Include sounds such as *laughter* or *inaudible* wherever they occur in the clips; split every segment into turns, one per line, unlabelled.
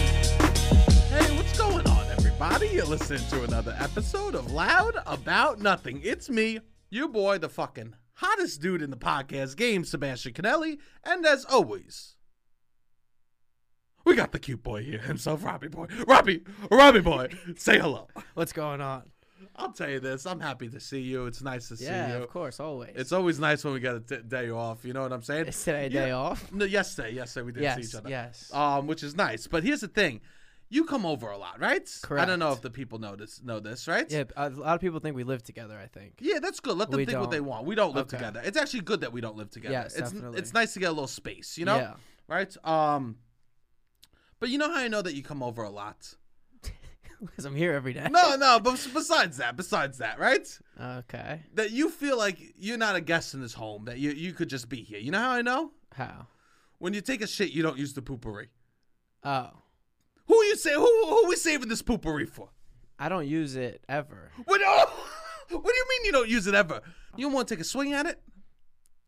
Hey, what's going on, everybody? You're listening to another episode of Loud About Nothing. It's me, your boy, the fucking hottest dude in the podcast game, Sebastian Canelli. And as always, we got the cute boy here himself, Robbie Boy. Robbie, Robbie Boy, say hello.
What's going on?
I'll tell you this. I'm happy to see you. It's nice to see
Yeah,
you.
of course, always. *laughs*
It's always nice when we got a t- day off. You know what I'm saying?
Is today a
Yeah.
day off?
No, yesterday, yesterday we did see
Yes,
each other.
yes.
Um, which is nice. But here's the thing. You come over a lot, right? I don't know
Correct.
if the people know this, know this, right?
yeah, a lot of people think we live together. I *laughs* think.
Yeah, that's good. Let them
We
think what they
don't.
want. We don't live
Okay.
together. It's actually good that we don't live together.
Yes,
it's
definitely.
it's nice to get a little space, you know?
Yeah.
Right? Um But you know how I know that you come over a lot?
Because I'm here every day.
No, no, but besides that, besides that, right?
Okay.
That you feel like you're not a guest in this home, that you you could just be here. You know how I know?
How?
When you take a shit, you don't use the poopery.
Oh,
Who you say who who we saving this poopery for?
I don't use it ever.
What, oh, *laughs* what do you mean you don't use it ever? You don't want to take a swing at it?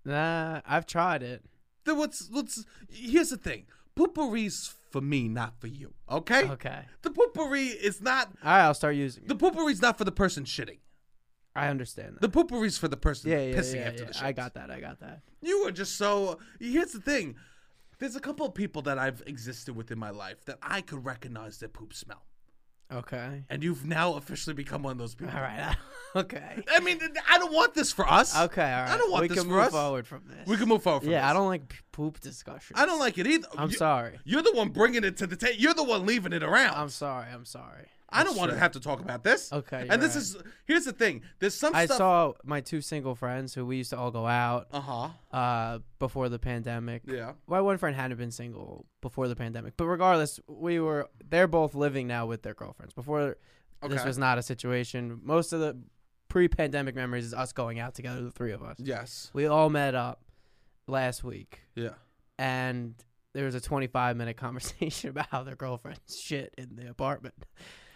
Nah, I've tried it.
Then what's what's here's the thing. Poopery's for me, not for you. Okay?
Okay.
The poopery is not
All right, I'll start using
the
it.
poopery's not for the person shitting.
I understand that.
The poopery's for the person
yeah, yeah,
pissing
yeah,
after
yeah.
the shit.
I got that. I got that.
You are just so here's the thing. There's a couple of people that I've existed with in my life that I could recognize their poop smell. *laughs*
Okay.
And you've now officially become one of those people.
All right. *laughs* okay.
I mean, I don't want this for us.
Okay. All right.
I don't want
we
this
can
for
move
us.
forward from this.
We can move forward from
yeah,
this.
I don't like p- poop discussion.
I don't like it either.
I'm
You-
sorry.
You're the one bringing it to the table. You're the one leaving it around.
I'm sorry. I'm sorry.
I don't
That's
want to
true.
have to talk about this.
Okay,
And
you're
this is
right.
here's the thing. There's some
I
stuff.
saw my two single friends who we used to all go out
uh huh.
uh, before the pandemic.
Yeah.
My one friend hadn't been single before the pandemic, but regardless, we were. They're both living now with their girlfriends. Before this
Okay.
was not a situation. Most of the pre-pandemic memories is us going out together, the three of us.
Yes.
We all met up last week,
Yeah.
and there was a 25-minute *laughs* conversation about how their girlfriends shit in the apartment.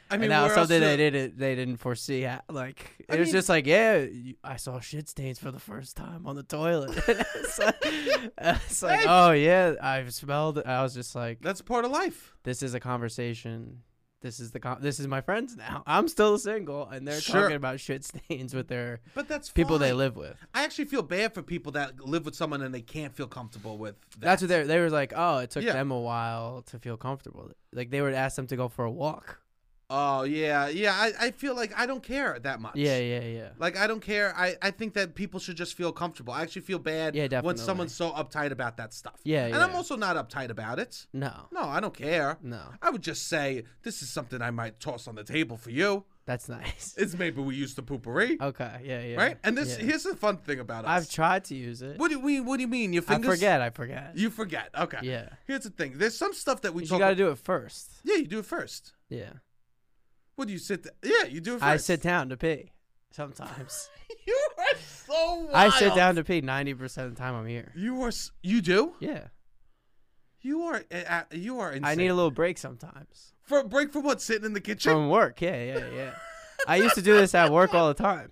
I
and that was
where else
something
do-
they didn't they didn't foresee. ha- Like it
I
was
mean-
just like, yeah, you, I saw shit stains for the first time on the toilet. *laughs* it's like, it's like,
Hey.
oh yeah, I've smelled. it. I was just like,
That's part of life.
this is a conversation. This is the con- this is my friends now. *laughs* I'm still single, and they're
Sure.
talking about shit stains with their
But that's
people they
fine.
live with.
I actually feel bad for people that live with someone and they can't feel comfortable with. That.
That's what they they were like. Oh, it took
Yeah.
them a while to feel comfortable. Like they would ask them to go for a walk.
oh yeah, yeah. I, I feel like I don't care that much.
Yeah, yeah, yeah.
Like I don't care. I, I think that people should just feel comfortable. I actually feel bad
Yeah,
when
definitely.
someone's so uptight about that stuff.
Yeah,
And I'm
yeah.
also not uptight about it.
No,
No, I don't care.
no,
I would just say this is something I might toss on the table for you.
that's *laughs* nice.
It's maybe we use the poopery,
Okay. Yeah. Oh, Yeah.
right? And this
yeah.
here's the fun thing about us.
I've tried to use it.
what do we? What do you mean? Your
I
fingers?
forget. I forget.
You forget. Okay.
yeah.
Here's the thing. There's some stuff that we
You
talk.
got to do it first.
yeah, you do it first.
Yeah.
What do you sit? Th- yeah, you do it first.
I sit down to pee. Sometimes
*laughs* You are so. Wild.
I sit down to pee ninety percent of the time I'm here.
You are. s- You do.
Yeah.
You are. Uh, uh, you are insane.
I need a little break sometimes
for a break from what? Sitting in the kitchen.
from work. Yeah. Yeah. Yeah. I used to do this at work all
*laughs*
the time.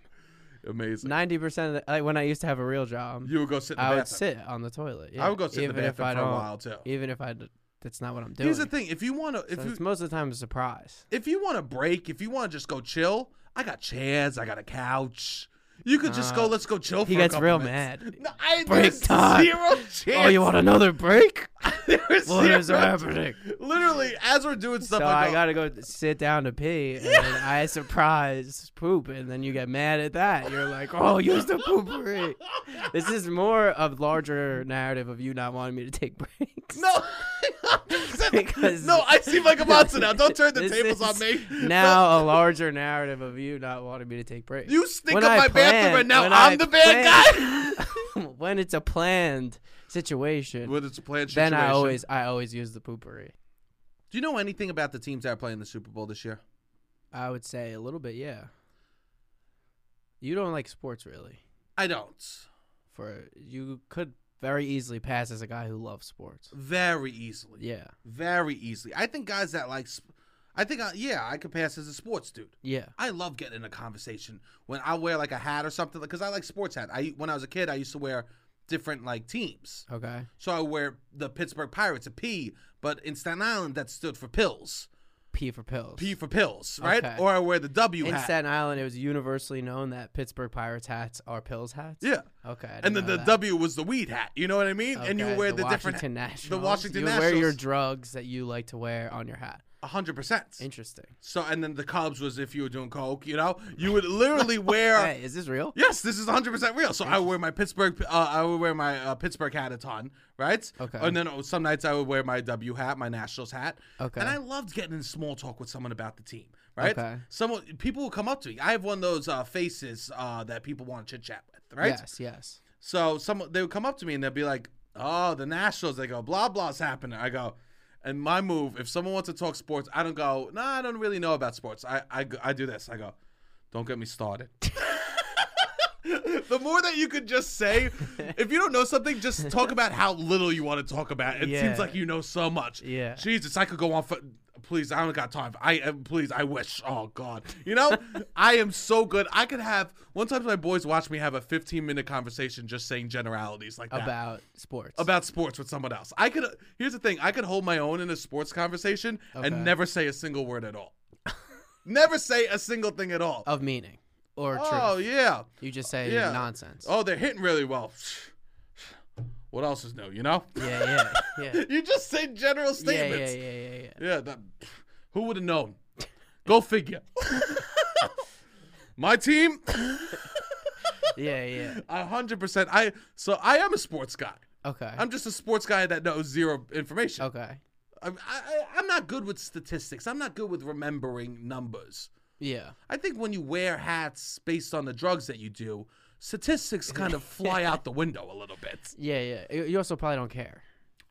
Amazing.
Ninety percent of the, like when I used to have a real job,
you would go sit in the
I would
bathroom.
sit on the toilet. Yeah.
I would go sit in the
Even if
bathroom
I
for a
don't-
while too.
Even if I, d- that's not what I'm doing.
Here's the thing. If you want to, if
So
you
it's most of the time a surprise.
if you want to break, if you want to just go chill, I got chairs, I got a couch. You could just
Uh,
go. Let's go chill.
he
for a
gets
couple
real
minutes. *laughs*
mad.
No, I,
Break
there's
time.
zero chance.
Oh, you want another break?
*laughs* there's
What is
zero-
happening?
Literally, as we're doing stuff,
So
I,
I
go, *laughs*
gotta go sit down to pee, and then I surprise poop, and then you get mad at that. You're like, "Oh, use the poopery." this is more of larger narrative of you not wanting me to take *laughs*
*laughs*
breaks.
No,
Because-
no, I seem
*laughs*
like a monster now. Don't turn the
This
tables on
is
me. *laughs*
*laughs* Now a larger narrative of you not wanting me to take breaks.
you stink
When
up
I
my bathroom,
plan-
and now
when
I'm
I
the bad
plan- *laughs* when it's a planned situation,
guy. When it's a planned
then
situation.
I always I always use the poopery.
Do you know anything about the teams that are playing the Super Bowl this year?
I would say a little bit, yeah. You don't like sports really.
I don't.
For you could very easily pass as a guy who loves sports.
Very easily.
Yeah.
Very easily. I think guys that like, sp- I think, I, yeah, I could pass as a sports dude.
Yeah.
I love getting in a conversation when I wear like a hat or something because I like sports hat. I when I was a kid, I used to wear different like teams.
Okay.
So I wear the Pittsburgh Pirates, a P, but in Staten Island that stood for pills,
P for pills.
P for pills, right?
Okay.
Or I wear the W
in
hat.
Staten Island, it was universally known that Pittsburgh Pirates hats are pills hats.
yeah,
Okay. I didn't
and then
know
the
that.
W was the weed hat. You know what I mean? And you
Okay,
wear the,
the,
different
Washington Nationals.
Washington
you wear your
Nationals.
drugs that you like to wear on your hat.
hundred percent.
Interesting.
So and then the Cubs was if you were doing coke, you know, you would
*laughs*
literally wear.
Hey, is this real?
Yes, this is 100 percent real. So I wear my Pittsburgh, uh, I would wear my uh, Pittsburgh hat a ton, right?
Okay.
And then oh, some nights I would wear my W hat, my Nationals hat.
Okay.
And I loved getting in small talk with someone about the team, right?
Okay.
Someone, people will come up to me. I have one of those uh, faces uh, that people want to chit chat with, right?
Yes, yes.
So some they would come up to me and they'd be like, "Oh, the Nationals." They go, "Blah blah's happening." I go, and my move if someone wants to talk sports, I don't go. No, I don't really know about sports. I I, go- I do this. I go, "Don't get me started." *laughs* the more that you could just
*laughs*
say, if you don't know something, just talk about how little you want to talk about. It
Yeah.
seems like you know so much.
Yeah.
Jesus, I could go on for. Please, I don't got time. I uh, please, I wish. Oh God, you
*laughs*
know, I am so good. I could have. One time, my boys watched me have a 15 minute conversation just saying generalities like that
About sports.
about sports with someone else. I could. Here's the thing. I could hold my own in a sports conversation
Okay.
and never say a single word at all. *laughs* never say a single thing at all.
of meaning or
oh
truth.
yeah.
You just say
yeah.
nonsense.
Oh, they're hitting really well. *sighs* What else is new? You know. *laughs*
Yeah, yeah, yeah.
you just say general
Yeah,
statements.
yeah, yeah, yeah, yeah.
Yeah, that, who would have known? Go figure. My team,
Yeah, yeah.
a hundred percent. I so I am a sports guy.
Okay.
I'm just a sports guy that knows zero information.
okay.
I'm, I, I- I'm not good with statistics. I'm not good with remembering numbers.
Yeah.
I think when you wear hats based on the drugs that you do,
*laughs*
statistics kind of fly out the window a little bit.
Yeah, yeah. You you also probably don't care.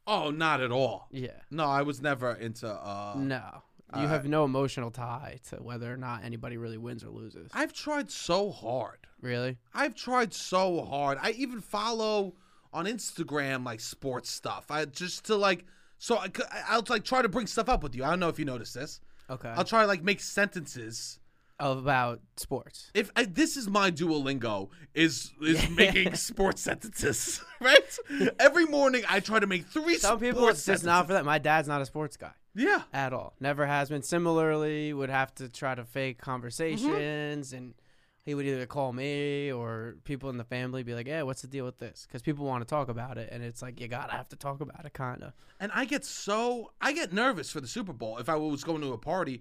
Oh, not at all.
Yeah.
No, I was never into. Uh,
No. You have no emotional tie to whether or not anybody really wins or loses.
I've tried so hard.
Really?
I've tried so hard. I even follow on Instagram like sports stuff. I just to like so I, cou- I- I'll like try to bring stuff up with you. I don't know if you notice this.
Okay.
I'll try to like make sentences.
about sports.
If I, this is my Duolingo is
*laughs*
is making sports sentences, *laughs* right? Every morning I try to make three.
Some people
sports
it's just
sentences.
not for that. My dad's not a sports guy
Yeah,
at all. Never has been. Similarly, would have to try to fake
Mm-hmm.
conversations and he would either call me or people in the family be like, "Hey, what's the deal with this?" Cuz people want to talk about it and it's like you got to have to talk about it kind of.
and I get so I get nervous for the Super Bowl if I was going to a party.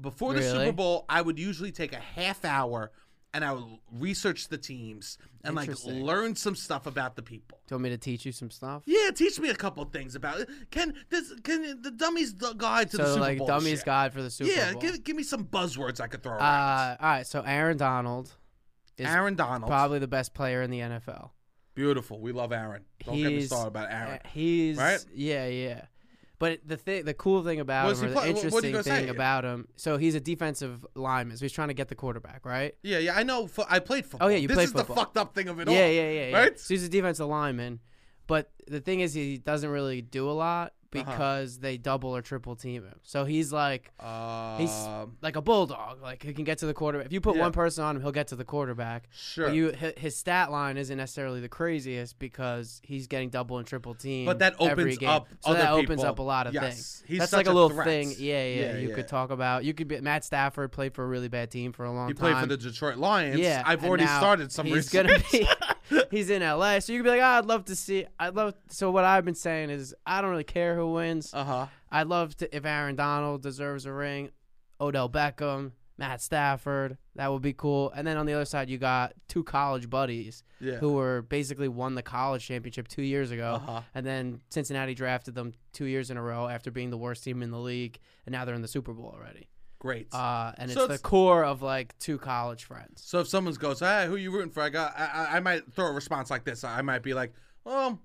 Before the
Really?
Super Bowl, I would usually take a half hour and I would research the teams and like
Interesting.
learn some stuff about the people.
Do you want me to teach you some stuff?
Yeah, teach me a couple things about it. Can this can the dummies the guide to the
so
Super
like
Bowl?
dummies
shit.
guide for the Super
Yeah,
Bowl.
give, give me some buzzwords I could throw around.
uh, all right, so Aaron Donald is
Aaron Donald,
probably the best player in the NFL.
beautiful. We love Aaron. Don't get me
He's-
started about Aaron.
Uh, He's
Right?
Yeah, yeah. But the thing, the cool thing about
What does
him, or
he
the
play- what- what are you
interesting
gonna say?
thing about him, so he's a defensive lineman. So he's trying to get the quarterback, right?
Yeah, yeah, I know. Fo- I played football.
Oh, yeah, you
this
played
is
football.
the fucked up thing of it all.
yeah, yeah, yeah, yeah.
right?
So he's a defensive lineman, but the thing is, he doesn't really do a lot
Uh-huh.
because they double or triple team him. So he's like he's
Um,
like a bulldog. Like he can get to the quarterback. If you put
Yeah.
one person on him, he'll get to the quarterback.
sure.
But you, hi- his stat line isn't necessarily the craziest because he's getting double and triple team.
But that
every
opens
game.
up
So that
other
opens
people.
up a lot of
Yes.
things.
He's
That's
such
like a,
a
little
threat.
thing. Yeah, yeah.
Yeah,
you
yeah.
could talk about. You could be Matt Stafford played for a really bad team for a long
He
time.
played for the Detroit Lions.
yeah,
I've
and
already
now
started some
he's
research.
Gonna be, *laughs*
*laughs*
he's in LA, so you could be like, oh, I'd love to see. I'd love. So what I've been saying is, I don't really care who wins.
Uh huh.
I'd love to if Aaron Donald deserves a ring, Odell Beckham, Matt Stafford, that would be cool. And then on the other side, you got two college buddies
Yeah.
who were basically won the college championship two years ago,
Uh-huh.
and then Cincinnati drafted them two years in a row after being the worst team in the league, and now they're in the Super Bowl already.
Great.
Uh, and
So
it's the
it's-
core of like two college friends.
so if someone goes, "Hey, who you rooting for?" I got. I, I, I might throw a response like this. I might be like, "Um,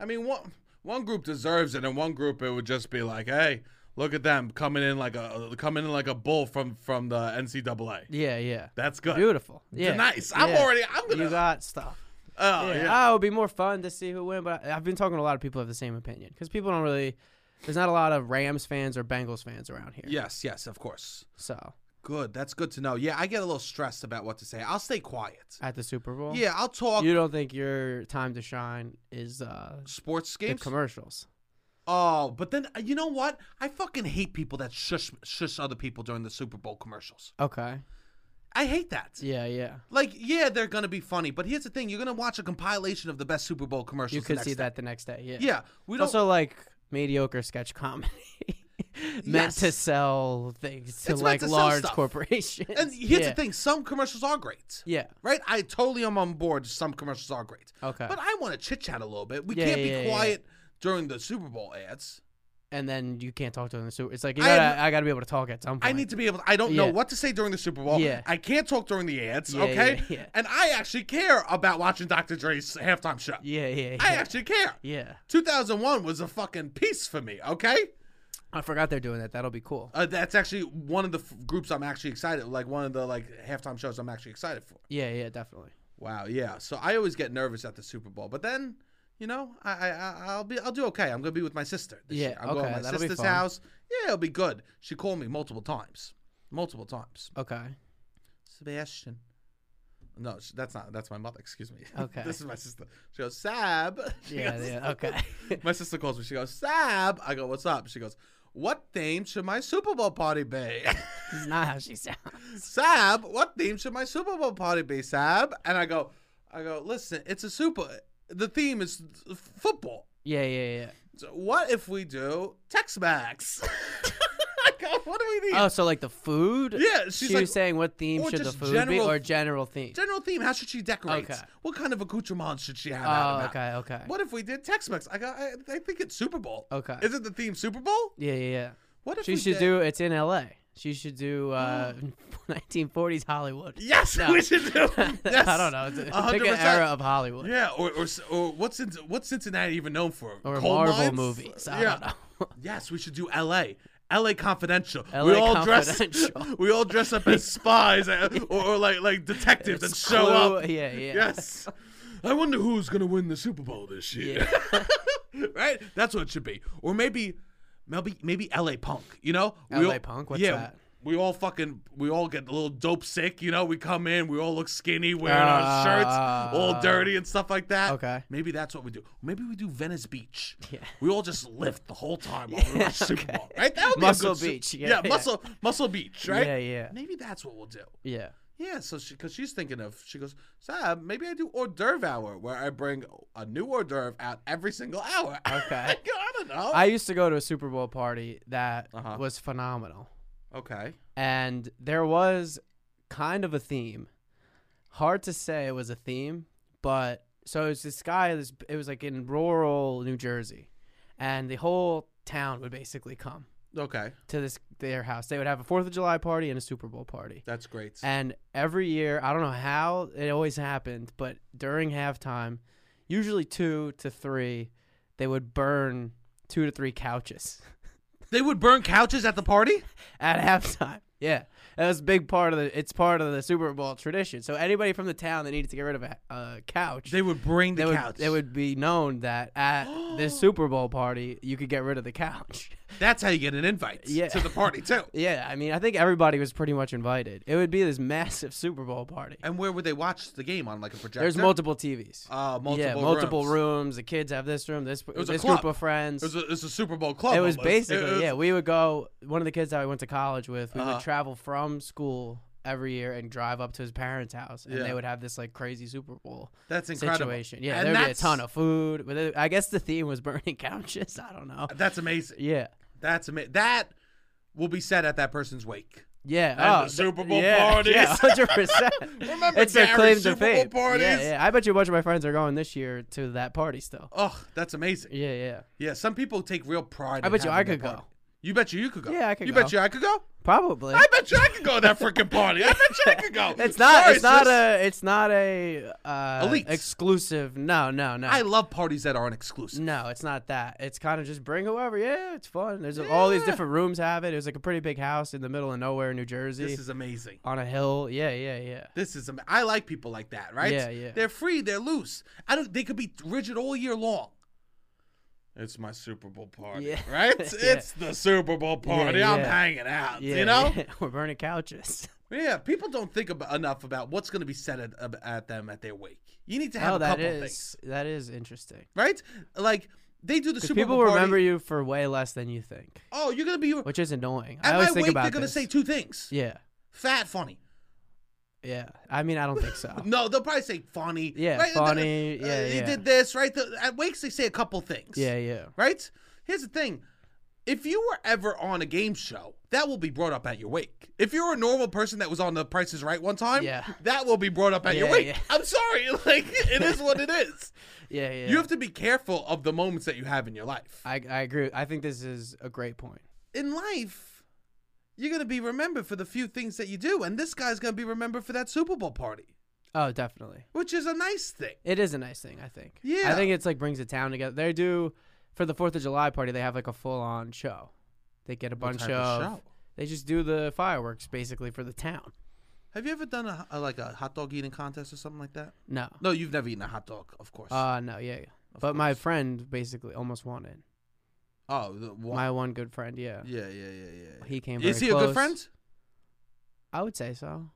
I mean, one one group deserves it, and one group it would just be like, hey, look at them coming in like a coming in like a bull from from the NCAA.
Yeah, yeah,
That's good.
beautiful. Yeah,
Nice. I'm
yeah.
already. I'm gonna.
You got stuff.
oh
yeah.
yeah.
Ah, it would be more fun to see who win, but I- I've been talking to a lot of people who have the same opinion because people don't really There's not a lot of Rams fans or Bengals fans around here.
Yes, yes, of course.
So
Good. That's good to know. Yeah, I get a little stressed about what to say. I'll stay quiet.
at the Super Bowl,
Yeah, I'll talk
Oh. you don't think your time to shine is uh,
sports
the
games.
commercials?
oh, but then uh, you know what? I fucking hate people that shush shush other people during the Super Bowl commercials.
Okay.
I hate that.
Yeah, yeah.
Like, yeah, they're gonna be funny, but here's the thing: you're gonna watch a compilation of the best Super Bowl commercials.
You
the
could
next
see
day.
that the next day. Yeah.
Yeah, we don't.
also like mediocre sketch comedy *laughs* meant to
Yes.
sell things to
It's meant
like
to sell
large
stuff.
corporations.
and here's
yeah.
the thing: some commercials are great,
Yeah.
right? I totally am on board. Some commercials are great,
Okay.
but I want to chit chat a little bit. We
Yeah,
can't
yeah,
be
yeah.
quiet during the Super Bowl ads.
and then you can't talk to them. So it's like you
I am-
gotta, I gotta be able to talk at some point.
I need to be able. I don't know
Yeah.
what to say during the Super Bowl.
Yeah.
I can't talk during the ads.
Yeah,
okay,
yeah, yeah.
and I actually care about watching Dr. Dre's halftime show.
Yeah, yeah, yeah.
I actually care.
*laughs* yeah.
2001 was a fucking piece for me. Okay.
I forgot they're doing that. That'll be cool.
Uh, that's actually one of the f- groups I'm actually excited. Like one of the like halftime shows I'm actually excited for.
Yeah, yeah, definitely.
Wow, yeah. So I always get nervous at the Super Bowl, but then you know I, I I- I'll be I'll do okay. I'm gonna be with my sister. This
Yeah,
year. I'm going
okay,
to my
that'll be
sister's
fun.
house. Yeah, it'll be good. She called me multiple times, multiple times.
Okay.
*laughs* Sebastian. No, sh- that's not. That's my mother. Excuse me. *laughs*
Okay.
this is my sister. She goes Sab. *laughs* She
Yeah,
goes-
yeah. Okay. *laughs*
*laughs* my sister calls me. She goes Sab. I go, what's up? She goes, what theme should my Super Bowl party be? *laughs*
It's not how she sounds.
Sab, what theme should my Super Bowl party be, Sab? And I go, I go, listen, it's a Super. The theme is f- football.
Yeah, yeah, yeah.
So what if we do Tex Mex? *laughs* I go, what do we need?
Oh, so like the food?
yeah,
She
she's
was
like,
saying what theme
or
should the
just
food be,
general-
or general theme?
general theme. How should she decorate?
Okay.
What kind of accoutrements should she have? out
oh,
about?
okay, okay.
What if we did Tex Mex? I go, I, I think it's Super Bowl.
Okay.
Is it the theme Super Bowl?
Yeah, yeah, yeah.
What if
She
we
should
did-
do. It's in L.A. She should do uh,
Oh.
*laughs* 1940s Hollywood.
Yes, *laughs*
No.
we should do. Yes.
*laughs* I don't know. It's a, pick an
100%.
era of Hollywood
Yeah, or or, or what's in, what's Cincinnati even known for?
or
Coal
Marvel
mines?
movies. I
*laughs*
don't know.
Yes, we should do L.A. L.A. Confidential.
LA
we all dress.
Confidential.
*laughs* We all dress up
*laughs*
as spies uh, or, or like like detectives and
It's
show up.
Clue- Yeah, yeah.
Yes. I wonder who's gonna win the Super Bowl this year. *laughs* right? That's what it should be. Or maybe, maybe maybe L.A. Punk. You know? We
LA Punk? What's
yeah,
that?
We all fucking we all get a little dope sick, you know. We come in, we all look skinny, wearing our shirts, all
Ah.
dirty and stuff like that.
Okay.
Maybe that's what we do. Maybe we do Venice Beach.
Yeah.
We all just lift the whole time while we
*laughs*
watch Super Bowl, right? That would be a
Muscle
good Su-
Beach, yeah,
yeah,
yeah.
Muscle Muscle Beach, right?
Yeah, yeah.
Maybe that's what we'll do.
Yeah.
Yeah, so she because she's thinking of she goes, Sab, maybe I do hors d'oeuvre hour where I bring a new hors d'oeuvre out every single hour. *laughs* I
Okay.
go, "I don't know.
I used to go to a Super Bowl party that
Oh. Uh-huh.
was phenomenal,
okay.
and there was kind of a theme. Hard to say it was a theme, but so it was this guy. This it was like in rural New Jersey, and the whole town would basically come
Okay.
to this their house. They would have a Fourth of July party and a Super Bowl party.
That's great.
And every year, I don't know how it always happened, but during halftime, usually two to three, they would burn two to three couches
they would burn couches at the party?
at halftime. *laughs* Yeah, that was a big part of the. It's part of the Super Bowl tradition. So anybody from the town that needed to get rid of a, a couch,
They would bring the
they would
couch.
it would be known that at
*gasps*
this Super Bowl party, you could get rid of the couch. *laughs*
That's how you get an invite
Yeah.
to the party too.
*laughs* yeah, I mean, I think everybody was pretty much invited. It would be this massive Super Bowl party.
And where would they watch the game on like a projector?
There's multiple TVs.
uh, multiple
yeah, multiple
rooms.
rooms. The kids have this room. This
was a
this
club.
group of friends.
It was, a, it was a Super Bowl club. almost.
basically
*laughs* It was-
yeah. We would go. One of the kids that I went to college with, we
Uh-huh.
would travel from school every year and drive up to his parents' house, and
Yeah.
they would have this like crazy Super Bowl
That's incredible.
situation. Yeah,
And
there would be a
that's-
ton of food. But it- I guess the theme was *laughs* burning couches. I don't know.
That's amazing.
Yeah.
That's amazing. That will be said at that person's wake.
Yeah.
the
oh, th-
Super Bowl
yeah, Yeah,
*laughs* parties.
100%.
Remember
it's their
Gary's
claim to
Super Bowl
fame.
parties?
Yeah, yeah. I bet you a bunch of my friends are going this year to that party still.
Oh, that's amazing.
Yeah, yeah.
Yeah, some people take real pride.
I
in
bet you I
having a
could go.
party. You bet you you could go.
Yeah, I could
You
go.
bet you I could go.
Probably.
I bet you I could go to that freaking party. I bet you I could go.
*laughs* It's not.
Sorry,
it's not
sis.
a. It's not a. Uh,
Elite.
Exclusive. No. No. No.
I love parties that aren't exclusive.
no, it's not that. It's kind of just bring whoever. Yeah, it's fun. There's all these
Yeah.
different rooms have it. It was like a pretty big house in the middle of nowhere, New Jersey,
This is amazing.
on a hill. Yeah, yeah, yeah.
This is am- I like people like that, right?
Yeah, yeah.
They're free. They're loose. I don't. They could be rigid all year long. It's my Super Bowl party,
Yeah.
right?
*laughs* Yeah.
It's the Super Bowl party. I'm
yeah.
hanging out,
Yeah,
you
*laughs*
know?
yeah. we're burning couches.
Yeah, people don't think about, enough about what's going to be said at, ab- at them at their wake. You
*laughs*
need to have
Oh,
a couple
that is
things,
that is interesting.
right? Like they do the
'Cause
Super
people
Bowl party.
remember you for way less than you think,
Oh, you're going to be
which is annoying. I
at
always
my
think
wake.
about
They're going to
this.
say two things:
Yeah,
fat, funny.
yeah. I mean, I don't think so.
*laughs* No, they'll probably say funny.
Yeah,
right?
funny,
Uh,
yeah,
he
yeah.
did this, right? The, at wakes they say a couple things.
yeah, yeah.
Right? Here's the thing. If you were ever on a game show, that will be brought up at your wake. If you're a normal person that was on The Price is Right one time,
Yeah.
that will be brought up at your
Yeah,
wake.
yeah.
I'm sorry, *laughs* like it is what it is.
Yeah, *laughs* yeah.
You have to be careful of the moments that you have in your life.
I, I agree. I think this is a great point.
in life, you're gonna be remembered for the few things that you do, and this guy's gonna be remembered for that Super Bowl party,
Oh, definitely.
which is a nice thing.
It is a nice thing, I think.
Yeah.
I think it's like brings the town together. They do for the 4th of July party, they have like a full-on show. They get a bunch
type of show?
They just do the fireworks basically for the town.
Have you ever done a, a like a hot dog eating contest or something like that?
No.
No, you've never eaten a hot dog, of course.
Uh no, yeah. yeah.
Of
But my
course.
friend basically almost won it.
oh, the, wha-
My one good friend, yeah.
yeah, yeah, yeah, yeah.
He came very
Is he a
close.
good friend?
I would say so.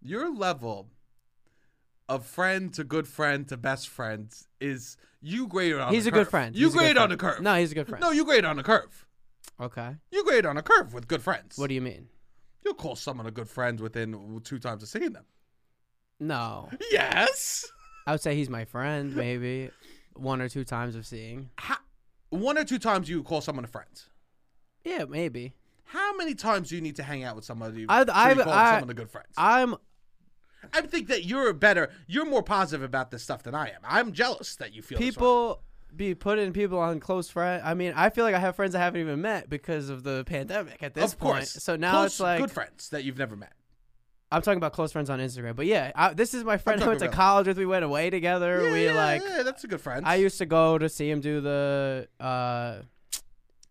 Your level of friend to good friend to best friend is you grade on.
He's
the
a good
curve.
friend.
You
He's a good
grade on
friend.
the curve.
No, he's a good friend.
no, you grade on a curve.
Okay.
You grade on a curve with good friends.
What do you mean?
you- will call someone a good friend within two times of seeing them.
No.
Yes.
I would say he's my friend, maybe one or two times of seeing.
How, one or two times you call someone a friend.
Yeah, maybe.
How many times do you need to hang out with somebody?
I-
to
I-
call
I-
someone a good friend.
I'm
I think that you're better. You're more positive about this stuff than I am. I'm jealous that you feel this way.
people be putting people on close friend. I mean, I feel like I have friends I haven't even met because of the pandemic at this
Of course.
point. So now
Close,
it's like
good friends that you've never met.
I'm talking about close friends on Instagram. But yeah, I, this is my friend I
talking
went to
about-
college with. We went away together. we
yeah,
like
yeah, that's a good friend.
I used to go to see him do the uh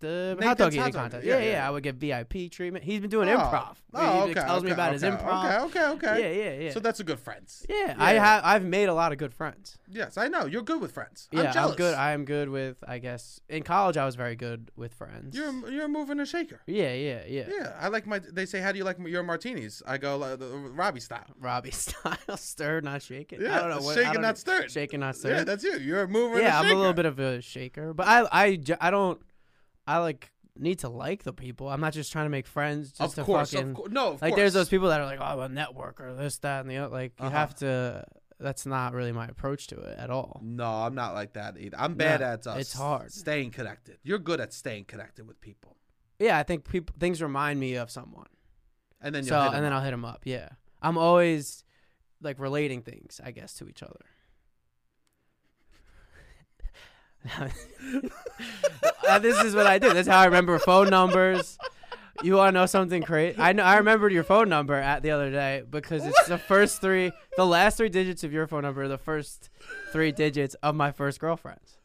the
Nathan's
hot dog eating
hot dog.
contest.
Yeah,
Yeah
yeah,
yeah,
yeah.
I would get VIP treatment. He's been doing
Oh.
improv.
Oh,
he
okay,
tells me
okay,
about his
okay,
improv.
Okay, okay, okay.
Yeah, yeah, yeah.
So that's a good friends.
yeah, I
yeah.
have I've made a lot of good friends.
Yes, I know you're good with friends.
Yeah,
I'm jealous.
good. I am good with I guess in college I was very good with friends.
you're you're moving a shaker.
yeah, yeah, yeah.
Yeah, I like my. They say, "How do you like your martinis?" I go, like, the "Robbie style."
Robbie *laughs* style, stirred, not shaken.
Yeah,
I don't know what. I
shaken,
don't
not
know.
stirred.
Shaken, not
Yeah,
stirred.
that's you. You're moving.
Yeah,
a
I'm a little
shaker.
bit of a shaker, but I, I, j- I don't, I like need to like the people. I'm not just trying to make friends. Just
Of
to
course,
fucking,
of course. No, of
like
course.
there's those people that are like, oh, I'm a networker, this, that, and the other. Like
Uh-huh.
you have to. That's not really my approach to it at all.
No, I'm not like that either. I'm bad
No,
at uh,
it's
s-
hard.
staying connected. You're good at staying connected with people,
Yeah, I think people things remind me of someone.
and then
so
you'll hit
and
'em
then
up.
I'll hit them up. Yeah, I'm always like relating things, I guess, to each other. *laughs* Uh, this is what I do. This is how I remember phone numbers. You want to know something crazy? I know. I remembered your phone number at the other day because it's the first three, the last three digits of your phone number, are the first three digits of my first girlfriend's.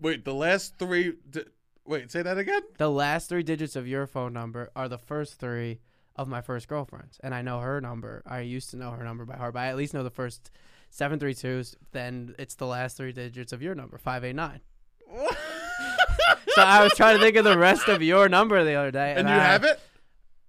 Wait, the last three. D- wait, say that again. *laughs*
The last three digits of your phone number are the first three of my first girlfriend's, and I know her number. I used to know her number by heart, but I at least know the first seven three twos. Then it's the last three digits of your number, five eight nine. So I was trying to think of the rest of your number the other day,
and you
I,
have it,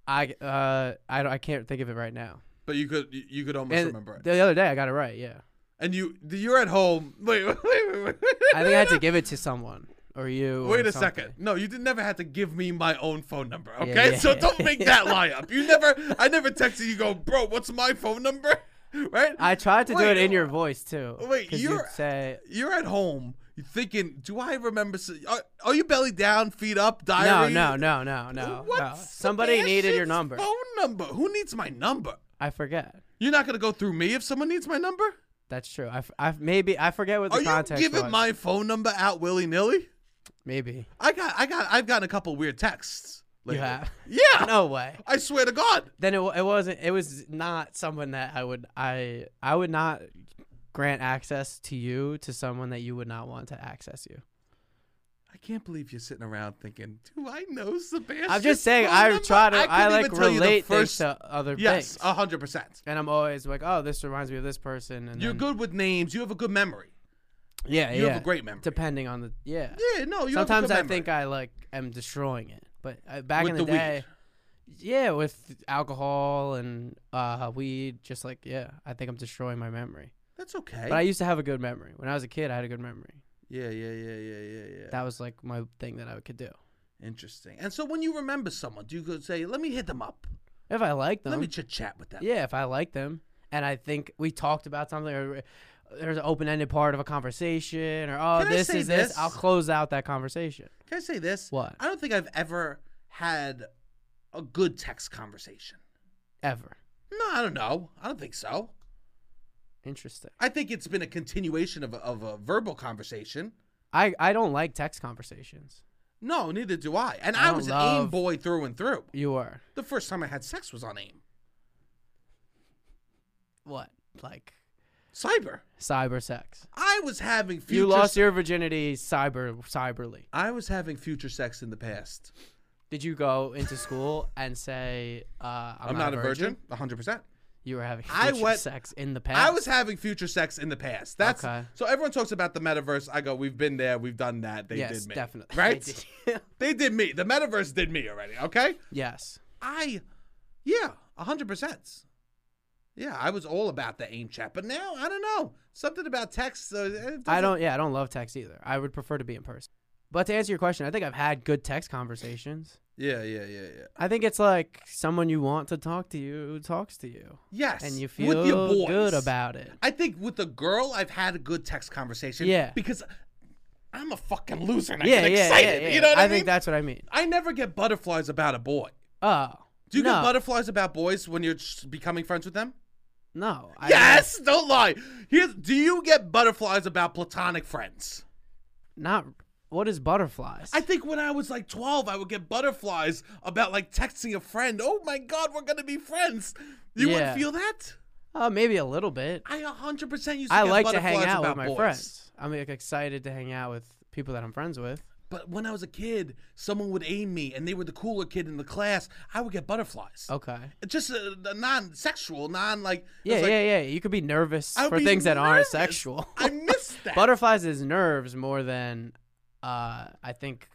I uh I don't, I can't think of it right now.
but you could you you could almost
And
remember it.
the other day I got it right. Yeah,
And you you're at home. Wait, *laughs* wait, wait, wait.
I think I had to give it to someone or you. or
Wait a
something.
second. No, you did never had to give me my own phone number. Okay,
yeah,
so
yeah.
don't
*laughs*
make that lie up. You never. I never texted you. Go, bro. What's my phone number? *laughs* Right.
I tried to do
Wait,
it in your voice too.
wait,
'cause
you're-
you'd say
you're at home. You're thinking, do I remember? s- Are, are you belly down, feet up,
no,
diary?
no, no, no, no. no.
What's
Somebody needed your
Sebastian's
number.
Phone number. Who needs my number?
I forget.
You're not gonna go through me if someone needs my number.
That's true. I, f- I f- maybe I forget what the
Are you
context
giving
was.
my phone number out willy nilly?
maybe
I got, I got, I've gotten a couple weird texts.
you
lately.
have.
Yeah.
No way.
I swear to God.
Then it, wa- it wasn't. It was not someone that I would. I I would not grant access to you to someone that you would not want to access you.
I can't believe you're sitting around thinking, do I know Sebastian?
I'm just saying. I try to. I,
couldn't
like
even tell you the
relate
first-
things to other
Yes, uh,
things.
hundred percent.
and I'm always like, oh, this reminds me of this person. And
You're
then-
good with names. You have a good memory.
Yeah,
You
yeah.
have a great memory.
Depending on the yeah.
yeah, no. You
Sometimes I
have a good memory.
think I like am destroying it, but uh, back
With
in the,
the weed.
day, yeah, with alcohol and uh, weed, just like yeah, I think I'm destroying my memory.
that's okay.
But I used to have a good memory when I was a kid. I had a good memory.
yeah, yeah, yeah, yeah, yeah, yeah.
That was like my thing that I could do
Interesting. And so when you remember someone, do you go say, "Let me hit them up.
if I liked them.
Let me chit chat with them."
Yeah, if I like them, and I think we talked about something, or uh, there's an open-ended part of a conversation, or oh,
Can I
this
say
is this.
this?
I'll close out that conversation.
Can I say this?
What
I don't think I've ever had a good text conversation.
ever?
No, I don't know. I don't think so.
Interesting.
I think it's been a continuation of a, of a verbal conversation.
I I don't like text conversations.
No, neither do I. And
I
I,
don't
was an aim
love-
boy through and through.
You are
The first time I had sex was on aim.
what like
Cyber.
cyber sex.
I was having future.
You lost
se-
your virginity cyber cyberly.
I was having future sex in the past.
Did you go into *laughs* school and say uh, I'm,
I'm, not, a virgin. A hundred percent.
You were having
I
future
went-
sex in the past.
I was having future sex in the past. That's
Okay.
so everyone talks about the metaverse. I go, we've been there, we've done that. They
yes,
did me,
definitely *laughs*
right?
They did.
They did me. The metaverse did me already. Okay.
yes.
I, yeah, a hundred percent. Yeah, I was all about the aim chat, but now I don't know something about text. So it
I
doesn't-
don't. Yeah, I don't love text either. I would prefer to be in person. But to answer your question, I think I've had good text conversations.
Yeah, yeah, yeah, yeah.
I think it's like someone you want to talk to you talks to you,
Yes,
and you feel
with your boys.
good about it.
I think with a girl, I've had a good text conversation.
Yeah.
because I'm a fucking loser and I
Yeah,
get
yeah,
excited.
yeah, yeah.
You know what I, mean?
think that's what I mean.
I never get butterflies about a boy.
Oh,
Do you
no,
get butterflies about boys when you're just becoming friends with them?
No, I
yes, don't lie. Here's, do you get butterflies about platonic friends?
not. What is butterflies?
I think when I was like 12, I would get butterflies about like texting a friend. Oh my God, we're going to be friends. You
Yeah.
wouldn't feel that?
oh, maybe a little bit.
I 100% used to
I
get
like to
butterflies
hang out
about
with my
boys.
friends. I'm like, excited to hang out with people that I'm friends with.
But when I was a kid, someone would aim me and they were the cooler kid in the class. I would get butterflies.
Okay.
Just uh, non sexual, non like. it
Oh. Yeah,
was like,
yeah, yeah. You could be nervous
I'd
for
be
things that aren't
nervous.
sexual.
*laughs* I
*laughs*
missed that.
Butterflies is nerves more than, uh, I think,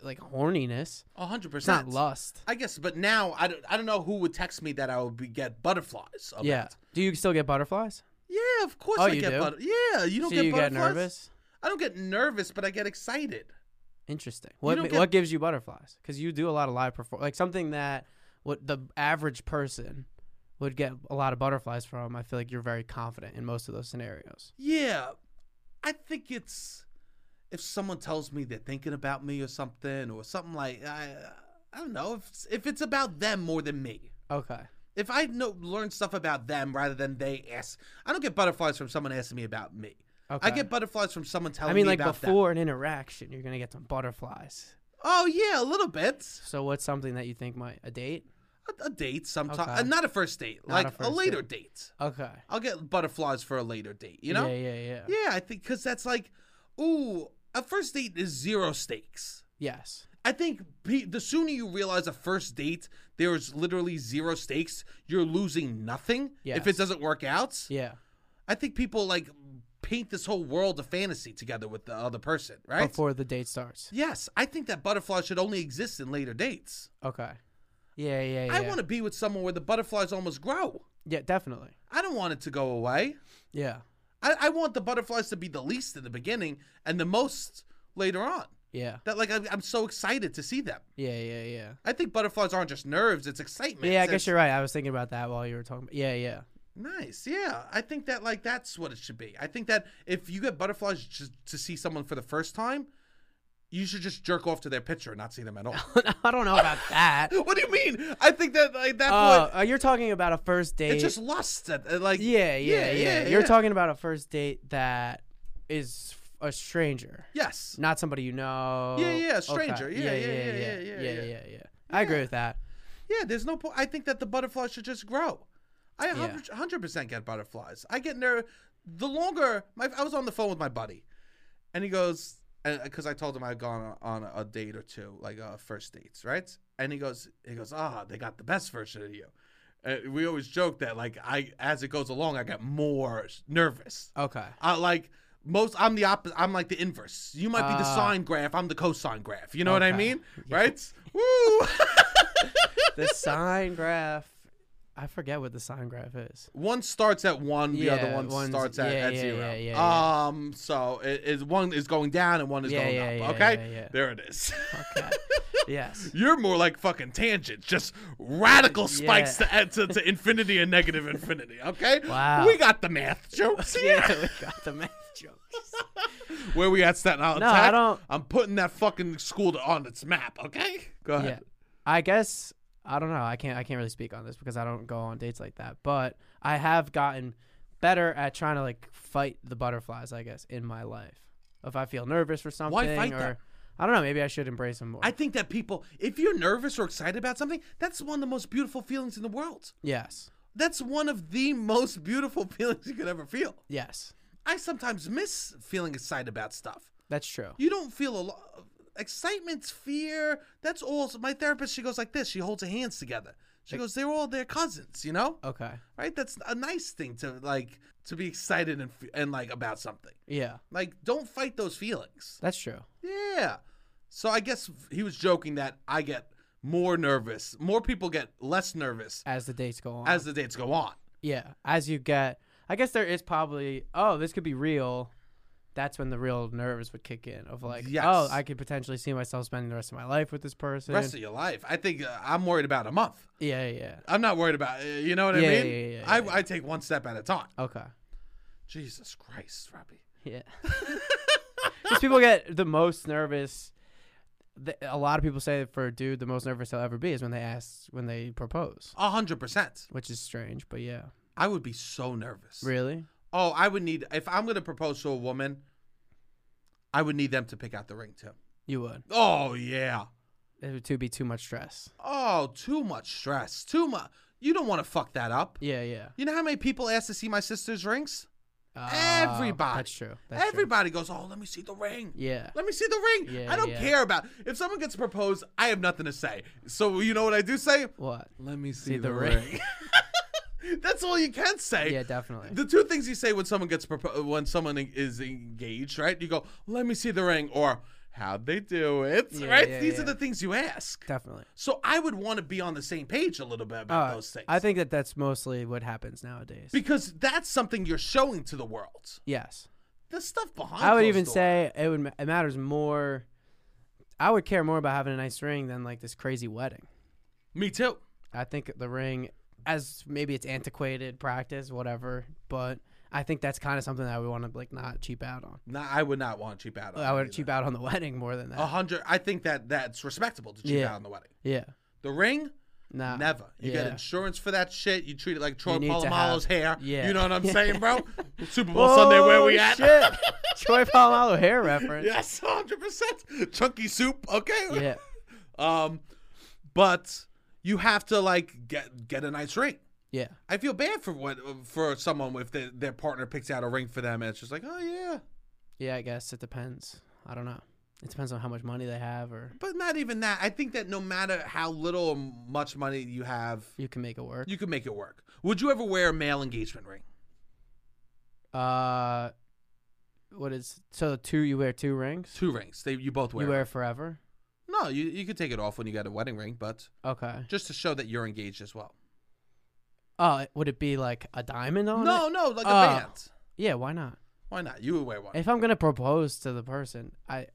like horniness.
A 100%.
It's not lust.
I guess, but now I don't, I don't know who would text me that I would be, get butterflies. About.
Yeah. Do you still get butterflies?
Yeah, of course
Oh,
I
you
get
do?
butter. Yeah, you don't
so
get
you get
butterflies.
nervous.
I don't get nervous, but I get excited.
Interesting. What
don't
ma-
get-
what gives you butterflies? Because you do a lot of live perform, like something that what the average person would get a lot of butterflies from. I feel like you're very confident in most of those scenarios.
Yeah, I think it's if someone tells me they're thinking about me or something or something like I I don't know if if it's about them more than me.
Okay.
If I know learn stuff about them rather than they ask, I don't get butterflies from someone asking me about me.
Okay.
I get butterflies from someone telling
I mean,
me
like
about them.
before an interaction, you're gonna get some butterflies.
Oh yeah, a little bit.
So what's something that you think might a date?
A, a date sometimes,
Okay.
uh, not a first date,
Not
like
a
a,
first
later date.
Okay.
I'll get butterflies for a later date. You know?
Yeah, yeah, yeah.
Yeah, I think because that's like, ooh, a first date is zero stakes.
Yes.
I think pe- the sooner you realize a first date, there's literally zero stakes. You're losing nothing if it
Yes.
doesn't work out.
Yeah.
I think people like paint this whole world of fantasy together with the other person, right?
Before the date starts.
yes, I think that butterflies should only exist in later dates.
Okay. Yeah, yeah, yeah.
I want to be with someone where the butterflies almost grow.
Yeah, definitely.
I don't want it to go away.
Yeah.
I, I want the butterflies to be the least in the beginning and the most later on.
Yeah.
That like I'm, I'm so excited to see them.
Yeah, yeah, yeah.
I think butterflies aren't just nerves; it's excitement.
Yeah, I
It's-
guess you're right. I was thinking about that while you were talking. About, yeah, yeah.
nice. Yeah, I think that like that's what it should be. I think that if you get butterflies just to see someone for the first time, you should just jerk off to their picture and not see them at
*laughs*
all. *laughs*
I don't know about that.
what do you mean? I think that like that
Oh,
point,
uh, you're talking about a first date.
it's just lust. At, at, like
yeah, yeah, yeah, You're
yeah.
talking about a first date that is f- a stranger,
Yes.
not somebody you know.
Yeah, yeah, a
Okay.
stranger. Yeah, yeah, yeah, yeah, yeah,
yeah,
yeah.
yeah, yeah. I agree with that.
Yeah, there's no point. I think that the butterflies should just grow. I
Yeah.
100 percent get butterflies. I get nerve. The longer my, I was on the phone with my buddy, and he goes, because I told him I'd gone on a date or two, like uh, first dates, right? And he goes, he goes, ah, they got the best version of you. Uh, we *laughs* always joke that like I, as it goes along, I get more nervous.
Okay.
I like most I'm the opposite. I'm like the inverse. You might be the
Ah.
sine graph. I'm the cosine graph. You know what I
Okay.
mean?
Yeah.
Right? Woo! *laughs*
the sine graph. I forget what the sine graph is.
one starts at one, the other
Yeah,
one
one's-
starts at,
yeah,
at
yeah,
zero.
yeah, yeah, yeah.
Um, so it is one is going down and one is
Yeah,
going
yeah,
up.
yeah,
okay,
yeah, yeah.
there it is. *laughs*
Okay. yes.
You're more like fucking tangents, just radical spikes
Yeah.
to, add to to infinity and negative infinity. Okay,
Wow.
we got the math jokes here.
*laughs* Yeah, we got the math jokes.
Where we at Staten Island?
No, I
Tech?
don't-
I'm putting that fucking school to, on its map. Okay, go
Yeah.
ahead.
I guess I don't know. I can't I can't really speak on this because I don't go on dates like that. But I have gotten better at trying to like fight the butterflies, I guess, in my life. If I feel nervous for something
fight
or
that?
I don't know, maybe I should embrace them more.
I think that people, if you're nervous or excited about something, that's one of the most beautiful feelings in the world.
yes.
That's one of the most beautiful *laughs* feelings you could ever feel.
Yes.
I sometimes miss feeling excited about stuff.
That's true.
You don't feel a lot. Excitement's fear. That's all. My therapist, she goes like this. She holds her hands together. She goes, they're all their cousins, you know,
Okay.
right? That's a nice thing to like to be excited and f- and like about something.
Yeah.
Like, don't fight those feelings.
That's true.
Yeah. So I guess he was joking that I get more nervous. More people get less nervous
As the dates go on.
as the dates go on.
yeah. As you get I guess there is probably oh, this could be real. That's when the real nerves would kick in of like, oh,
Yes.
I could potentially see myself spending the rest of my life with this person.
Rest of your life. I think uh, I'm worried about a month.
yeah, yeah.
I'm not worried about it. You know what
Yeah,
I mean?
yeah, yeah, yeah,
I,
yeah.
I take one step at a time.
Okay.
Jesus Christ, Robbie.
*laughs* Yeah. Because people get the most nervous. th- A lot of people say for a dude, the most nervous they'll ever be is when they ask when they propose,
A hundred percent.
which is strange, but yeah.
I would be so nervous.
Really?
Oh, I would need if I'm gonna propose to a woman, I would need them to pick out the ring too.
You would.
Oh yeah.
It would too be too much stress.
Oh, too much stress. Too much. You don't want to fuck that up.
Yeah, yeah.
You know how many people ask to see my sister's rings?
Uh,
Everybody.
That's true. That's true.
Everybody goes, "Oh, let me see the ring."
Yeah.
Let me see the ring.
Yeah,
I don't
yeah.
care about if someone gets proposed. I have nothing to say. So you know what I do say?
What?
Let me see,
the
the,
ring.
ring. *laughs* That's all you can say.
Yeah, definitely.
The two things you say when someone gets propo- when someone en- is engaged, right? You go, "Let me see the ring," or "How'd they do it?"
Yeah,
right?
yeah,
These
yeah.
are the things you ask.
definitely.
So I would want to be on the same page a little bit about
Uh,
those things.
I think that that's mostly what happens nowadays.
because that's something you're showing to the world.
yes.
The stuff behind.
I would
closed
even
doors.
say it would ma- it matters more. I would care more about having a nice ring than like this crazy wedding.
me too.
I think the ring, as maybe it's antiquated practice, whatever, but I think that's kind of something that we want to like not cheap out on.
No, I would not want to cheap out. on
I
it
would
either.
cheap out on the *laughs* wedding more than that.
a hundred. I think that that's respectable to cheap
Yeah.
out on the wedding.
yeah,
The ring,
nah,
Never. You
Uh, yeah.
get insurance for that shit. You treat it like Troy
need to
Polamalu's hair.
yeah.
You know what
*laughs*
I'm saying, bro? Super Bowl
Oh,
Sunday, where we at?
Shit. Troy Polamalu hair
*laughs*
reference.
yes, 100%. Chunky soup, okay?
Yeah,
Um, but you have to like get get a nice ring.
yeah,
I feel bad for what for someone if their their partner picks out a ring for them and it's just like, "Oh yeah."
yeah. I guess it depends. I don't know. It depends on how much money they have, or
But not even that. I think that no matter how little or much money you have,
you can make it work.
you can make it work. Would you ever wear a male engagement ring?
Uh, what is so two? You wear two rings.
Two rings. They you both wear.
You
it.
wear it forever.
No, you you could take it off when you got a wedding ring, but
Okay.
just to show that you're engaged as well.
Oh, would it be like a diamond on it?
No, no, like a
Oh.
band.
Yeah, why not?
Why not? You would wear one.
If I'm gonna propose to the person, I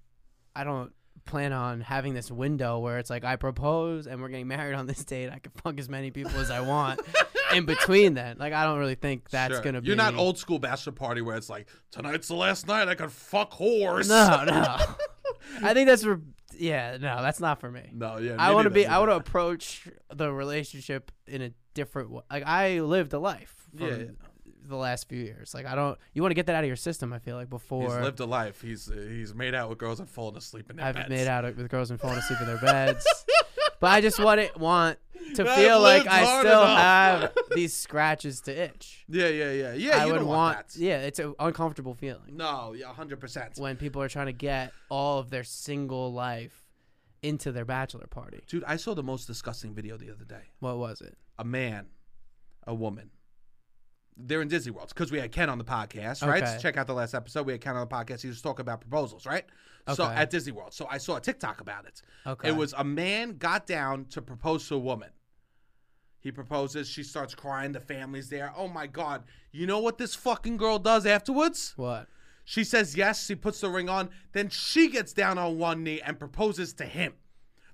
I don't plan on having this window where it's like I propose and we're getting married on this date. I can fuck as many people as I want
*laughs*
in between then. Like I don't really think that's
Sure.
gonna be
You're not old school bachelor party where it's like tonight's the last night I could fuck whores.
No, no. I think that's for yeah, no, that's not for me.
*laughs* no, yeah.
I
me
want to
neither.
be. I want to approach the relationship in a different way. Like I lived a life from
Yeah, yeah.
the last few years. Like I don't. You want to get that out of your system. I feel like before
He's lived a life. He's uh, he's made out with girls and fallen asleep in their
I've
beds.
made out with girls and fallen asleep in
*laughs*
their beds. But I just want it want to
I've
feel like
lived
I
hard
still
enough. *laughs*
have these scratches to itch.
Yeah, yeah, yeah, yeah.
I
you
would
don't want, that.
yeah, it's an uncomfortable feeling
No, yeah, hundred percent.
when people are trying to get all of their single life into their bachelor party.
Dude, I saw the most disgusting video the other day.
What was it?
A man, a woman. they're in Disney World because we had Ken on the podcast, right?
Okay.
Check out the last episode. We had Ken on the podcast. He was talking about proposals, right? So
Okay.
at Disney World. So I saw a TikTok about it.
Okay.
It was a man got down to propose to a woman. He proposes. She starts crying. The family's there. Oh my God. You know what this fucking girl does afterwards?
What?
She says yes. She puts the ring on. Then she gets down on one knee and proposes to him.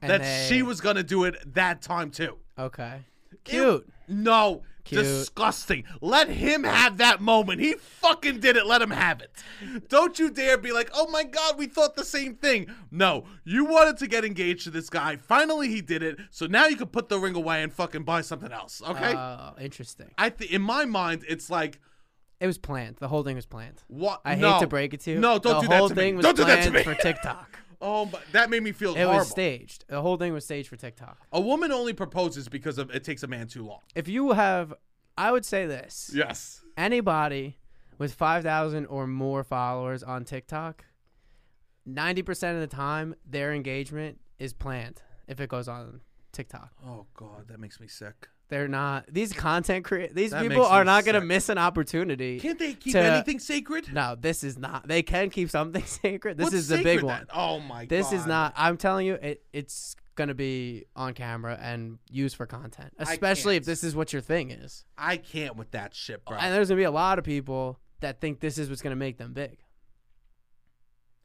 And
that
they-
she was going to do it that time too.
Okay. Cute.
No.
Cute.
Disgusting. Let him have that moment. He fucking did it. Let him have it. Don't you dare be like, oh my God, we thought the same thing. No. You wanted to get engaged to this guy. Finally, he did it. So now you can put the ring away and fucking buy something else. Okay?
Oh, interesting.
I th- In my mind, it's like,
It was planned. The whole thing was planned.
what?
I
no.
hate to break it to you.
No, don't
the
do
whole
that to
thing
me.
was
don't do that to
planned
me. *laughs*
for TikTok.
Oh, my, that made me feel
It
horrible.
was staged. The whole thing was staged for TikTok.
a woman only proposes because of it takes a man too long.
If you have, I would say this:
Yes.
anybody with five thousand or more followers on TikTok, ninety percent of the time, their engagement is planned. If it goes on TikTok,
Oh God, that makes me sick.
they're not. These content creators, these
That
people
makes me
are not going
sick.
to miss an opportunity.
Can't they keep
To-
anything sacred?
no, this is not. They can keep something *laughs* sacred. This
What's
is the
sacred
big
then?
one.
Oh my
This
God.
is not. I'm telling you, it, it's gonna be on camera and used for content, especially if
can't.
this is what your thing is.
I can't with that shit, bro.
And there's gonna be a lot of people that think this is what's gonna make them big.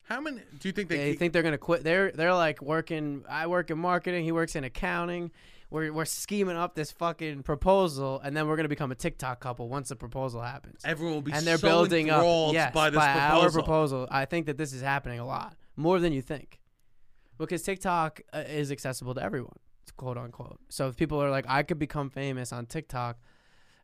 How many do you think they?
They,
keep,
think they're gonna quit. They're they're like working. I work in marketing. He works in accounting. We're we're scheming up this fucking proposal, and then we're gonna become a TikTok couple once the proposal happens.
everyone will be
and they're
so
building up
enthralled
yes,
by this
our
proposal.
proposal. I think that this is happening a lot more than you think, because TikTok uh, is accessible to everyone, quote unquote. So if people are like, I could become famous on TikTok,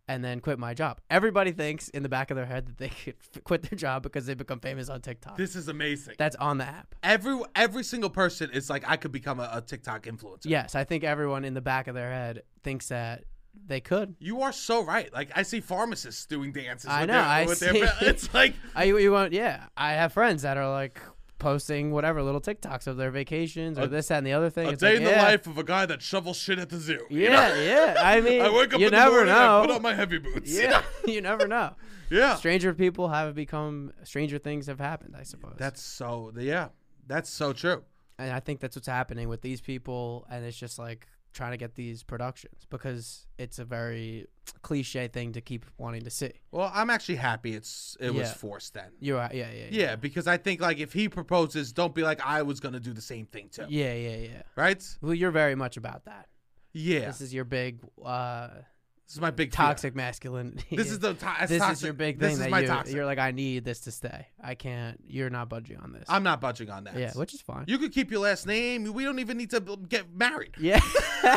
and then quit my job. Everybody thinks in the back of their head that they *laughs* could f- quit their job because they become famous on TikTok.
This is amazing.
That's on the app.
every every single person is like, I could become a, a TikTok influencer.
Yes, I think everyone in the back of their head thinks that they could.
You are so right. Like I see pharmacists doing dances.
I
with
know,
Their,
I
with
see.
Their, *laughs* it's like
*laughs* I you want yeah. I have friends that are like posting whatever little TikToks of their vacations or
A-
this that and the other thing.
a
It's
day
like,
in the
yeah,
life of a guy that shovels shit at the zoo. you
Yeah,
know?
yeah.
*laughs*
I mean,
I wake up
you
in the
never
morning.
know.
I put on my heavy boots. you
*laughs* yeah,
know?
*laughs* you never know.
*laughs* yeah.
Stranger people have become stranger things have happened. I suppose.
That's so yeah. That's so true.
and I think that's what's happening with these people, and it's just like trying to get these productions because it's a very cliche thing to keep wanting to see.
Well, I'm actually happy it's it was
Yeah.
forced then.
You're right. Yeah, yeah,
Yeah, because I think like if he proposes, don't be like I was gonna do the same thing too.
yeah, yeah, yeah.
Right?
Well, you're very much about that.
Yeah.
This is your big uh,
This is my big fear.
toxic masculinity.
This is
*laughs*
the to-
this
toxic.
is your big
This
thing
is
that
my
you,
toxic.
you're like, I need this to stay. I can't. You're not budging on this.
I'm not budging on that.
yeah, which is fine.
you could keep your last name. We don't even need to b- get married.
*laughs*
*laughs*
Yeah.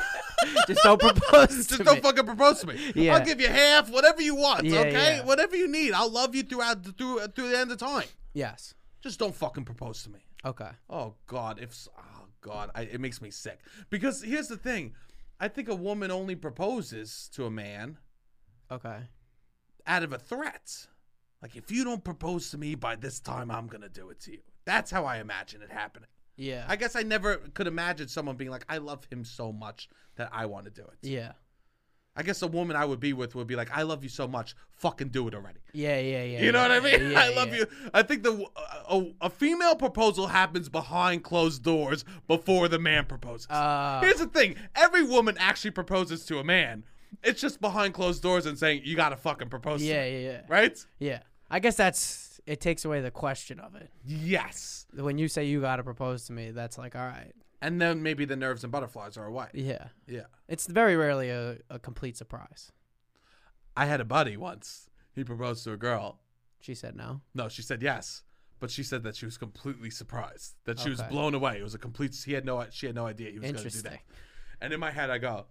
Just don't propose.
Just
to
don't
me.
fucking propose to me.
*laughs* Yeah.
I'll give you half, whatever you want.
Yeah,
okay,
yeah.
whatever you need. I'll love you throughout the, through through the end of time.
Yes.
Just don't fucking propose to me.
Okay.
Oh God, if s- oh God, I, it makes me sick. Because here's the thing, I think a woman only proposes to a man
Okay.
out of a threat. Like if you don't propose to me by this time, I'm gonna do it to you. That's how I imagine it happening.
Yeah.
I guess I never could imagine someone being like, I love him so much that I want to do it.
yeah.
I guess a woman I would be with would be like, I love you so much, fucking do it already.
Yeah. Yeah. Yeah.
You know what I
yeah,
mean? *laughs*
yeah,
I love
yeah.
you. I think the a, a, a female proposal happens behind closed doors before the man proposes.
Uh,
Here's the thing: every woman actually proposes to a man. It's just behind closed doors and saying you gotta fucking propose.
yeah.
to me.
Yeah. Yeah.
Right?
Yeah. I guess that's it. Takes away the question of it.
Yes.
When you say you gotta propose to me, that's like all right.
And then maybe the nerves and butterflies are away.
Yeah.
Yeah.
It's very rarely a, a complete surprise.
I had a buddy once. He proposed to a girl.
She said no.
No, she said yes, but she said that she was completely surprised. That she was
Okay.
blown away. It was a complete. He had no. She had no idea he was going to do
Interesting.
that. And in my head, I go,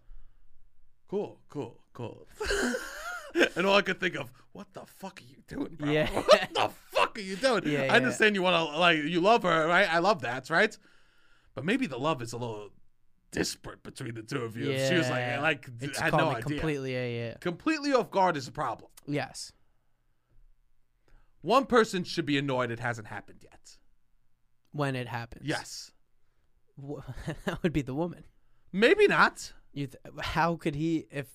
cool, cool, cool. *laughs* and all I could think of, what the fuck are you doing, bro?
Yeah.
*laughs* What the fuck are you doing?
Yeah, yeah.
I understand you want to, like, you love her, right? I love that, right? But maybe the love is a little disparate between the two of you. She was like,
Yeah.
like,
It just
had
caught
no
me
idea.
completely. Yeah. Yeah.
Completely off guard is a problem.
Yes.
One person should be annoyed it hasn't happened yet.
When it happens.
Yes.
*laughs* Wh- that would be the woman.
Maybe not.
You th- how could he if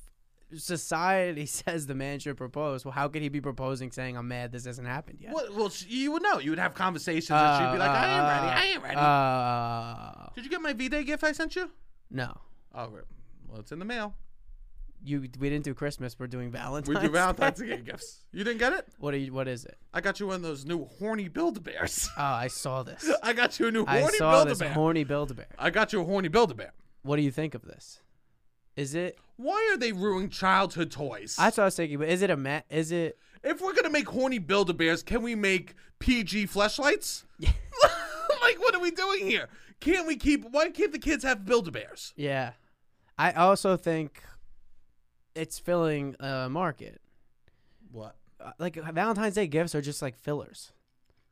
society *laughs* says the man should propose. Well, how could he be proposing saying, I'm mad this hasn't happened yet?
Well, well, she- you would know. You would have conversations, and she'd be like, "I ain't ready. I ain't ready."
Uh,
Did you get my V-Day gift I sent you?
no.
Oh, right. well, it's in the
*laughs*
mail.
You, we didn't do Christmas. We're doing Valentine's.
We do
Day.
Valentine's Day gifts. You didn't get it?
*laughs* What are you? What is it?
I got you one of those new horny Build-A-Bears. *laughs*
Oh, I saw this.
I got you a new
I
horny
saw this
Build-A-Bear.
horny Build-A-Bear.
I got you a horny Build-A-Bear.
What do you think of this? Is it?
Why are they ruining childhood toys?
I thought I was thinking, but is it a ma- Is it?
if we're gonna make horny Build-A-Bears, can we make PG fleshlights? *laughs* like, what are we doing here? Can't we keep? Why can't the kids have Build-A-Bears?
Yeah. I also think it's filling a market.
What?
Uh, Like Valentine's Day gifts are just like fillers.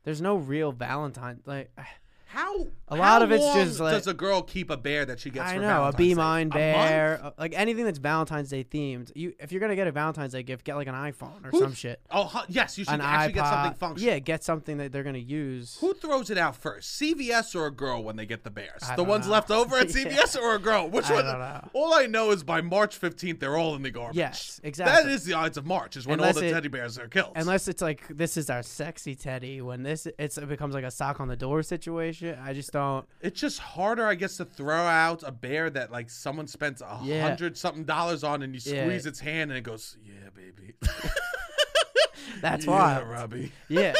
There's no real Valentine. Like *sighs*
How?
A lot
how
of it's
long
just like-
does a girl keep a bear that she gets?
I
for
know a
Valentine's
be
Day?
mine
A
bear,
month?
uh, like anything that's Valentine's Day themed. You if you're gonna get a Valentine's Day gift, get like an iPhone or
Who-
some shit.
Oh huh, yes, you should
An
actually
iPod.
get something functional.
Yeah, get something that they're gonna use.
Who throws it out first, CVS or a girl when they get the bears?
I
the
don't
ones
know.
left over at
*laughs* Yeah.
CVS or a girl? Which
I
one?
don't know.
All I know is by March 15th, they're all in the garbage.
Yes,
That
exactly.
is the odds of March, is when
Unless
all the
it-
teddy bears are killed.
Unless it's like this is our sexy teddy. When this it's it becomes like a sock on the door situation. I just don't.
it's just harder, I guess, to throw out a bear that like someone spends a
Yeah.
hundred something dollars on and you
Yeah.
squeeze its hand and it goes, Yeah, baby. *laughs*
That's
yeah,
why.
Robbie.
Yeah.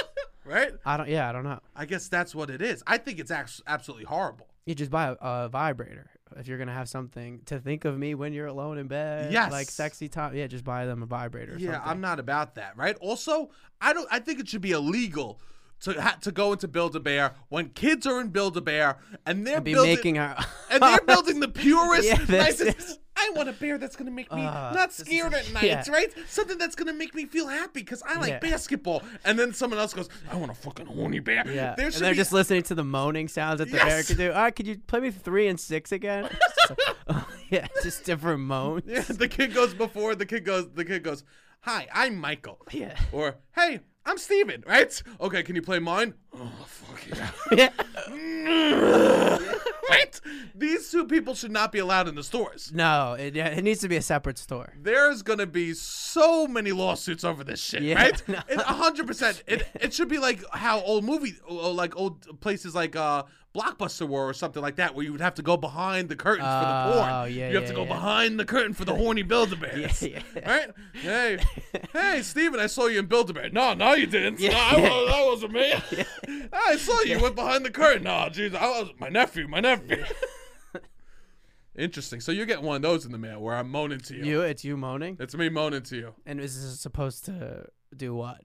Right?
I don't. Yeah, I don't know.
I guess that's what it is. I think it's abs- absolutely horrible.
You just buy a, a vibrator if you're gonna have something to think of me when you're alone in bed.
Yes.
Like sexy time. Yeah, just buy them a vibrator. Or
Yeah,
something.
I'm not about that, right? Also, I don't. I think it should be illegal to ha- to go into Build a Bear when kids are in Build a Bear and they're
be
building
making our.
*laughs* and
*laughs*
they're building the purest.
Yeah, this
nicest,
is-
I want a bear that's gonna make me
Uh,
not
this is-
scared at night,
yeah.
right? Something that's gonna make me feel happy because I like
Yeah.
basketball. And then someone else goes, I want a fucking horny bear.
Yeah,
There
and
should
they're
be-
just listening to the moaning sounds that the bear
Yes.
could do. All right, could you play me three and
*laughs*
six again? It's just like, *laughs* oh, yeah, just different moans.
Yeah, *laughs* the kid goes before the kid goes. The kid goes, "Hi, I'm Michael."
Yeah.
Or, "Hey, I'm Steven, right? Okay, can you play mine? Oh, fuck yeah. *laughs*
*laughs* Yeah.
right? These two people should not be allowed in the stores.
No, it, yeah, it needs to be a separate store.
There's gonna be so many lawsuits over this shit,
Yeah,
right?
*laughs* no.
It's hundred percent. It it should be like how old movie, or like old places like uh Blockbuster were or something like that, where you would have to go behind the curtains for the porn.
Oh, yeah,
you have to
yeah,
go
yeah.
behind the curtain for the horny Build-A-Bear.
*laughs* yeah.
Right?
*laughs*
Hey, hey, Steven, I saw you in Build-A-Bear. No, no, you didn't. No, I,
*laughs*
wa- that wasn't me. I saw you. You went behind the curtain. Oh, jeez, I was my nephew, my nephew. Interesting. So you're getting one of those in the mail where I'm moaning to you.
You, it's you moaning,
It's me moaning to you.
and is this supposed to do what?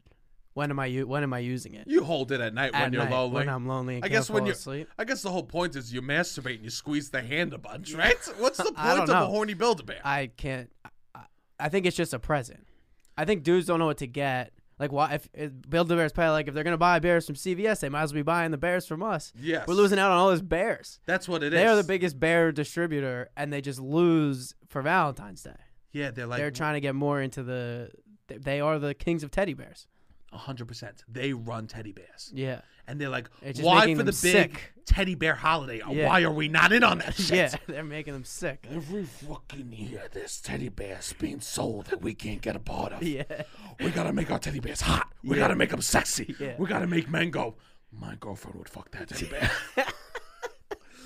When am I? U- when am I using it?
You hold it at night
At
when you're
night,
lonely.
When I'm lonely, and
I
can't
guess when
fall
you
asleep.
I guess the whole point is you masturbate and you squeeze the hand a bunch, right? What's the point
*laughs* I
of
don't
a
know.
horny Build-A-Bear?
I can't. I- I, I think it's just a present. I think dudes don't know what to get. Like, why? If, if Build the Bears play, like, if they're gonna buy bears from CVS, they might as well be buying the bears from us.
Yes.
we're losing out on all those bears.
That's what it is.
They are the biggest bear distributor, and they just lose for Valentine's Day.
Yeah, they're like
They're trying to get more into the. th- They are the kings of teddy bears.
100%. They run teddy bears.
Yeah,
and they're like,
It's just
"Why
making
for the
them
big
sick.
teddy bear holiday?
Yeah.
Why are we not in
*laughs*
on that shit?"
yeah, they're making them sick.
Every fucking year, there's teddy bears being sold that we can't get a part of.
Yeah,
We gotta make our teddy bears hot. We gotta make them sexy.
Yeah.
We gotta make men go. My girlfriend would fuck that teddy
*laughs*
bear.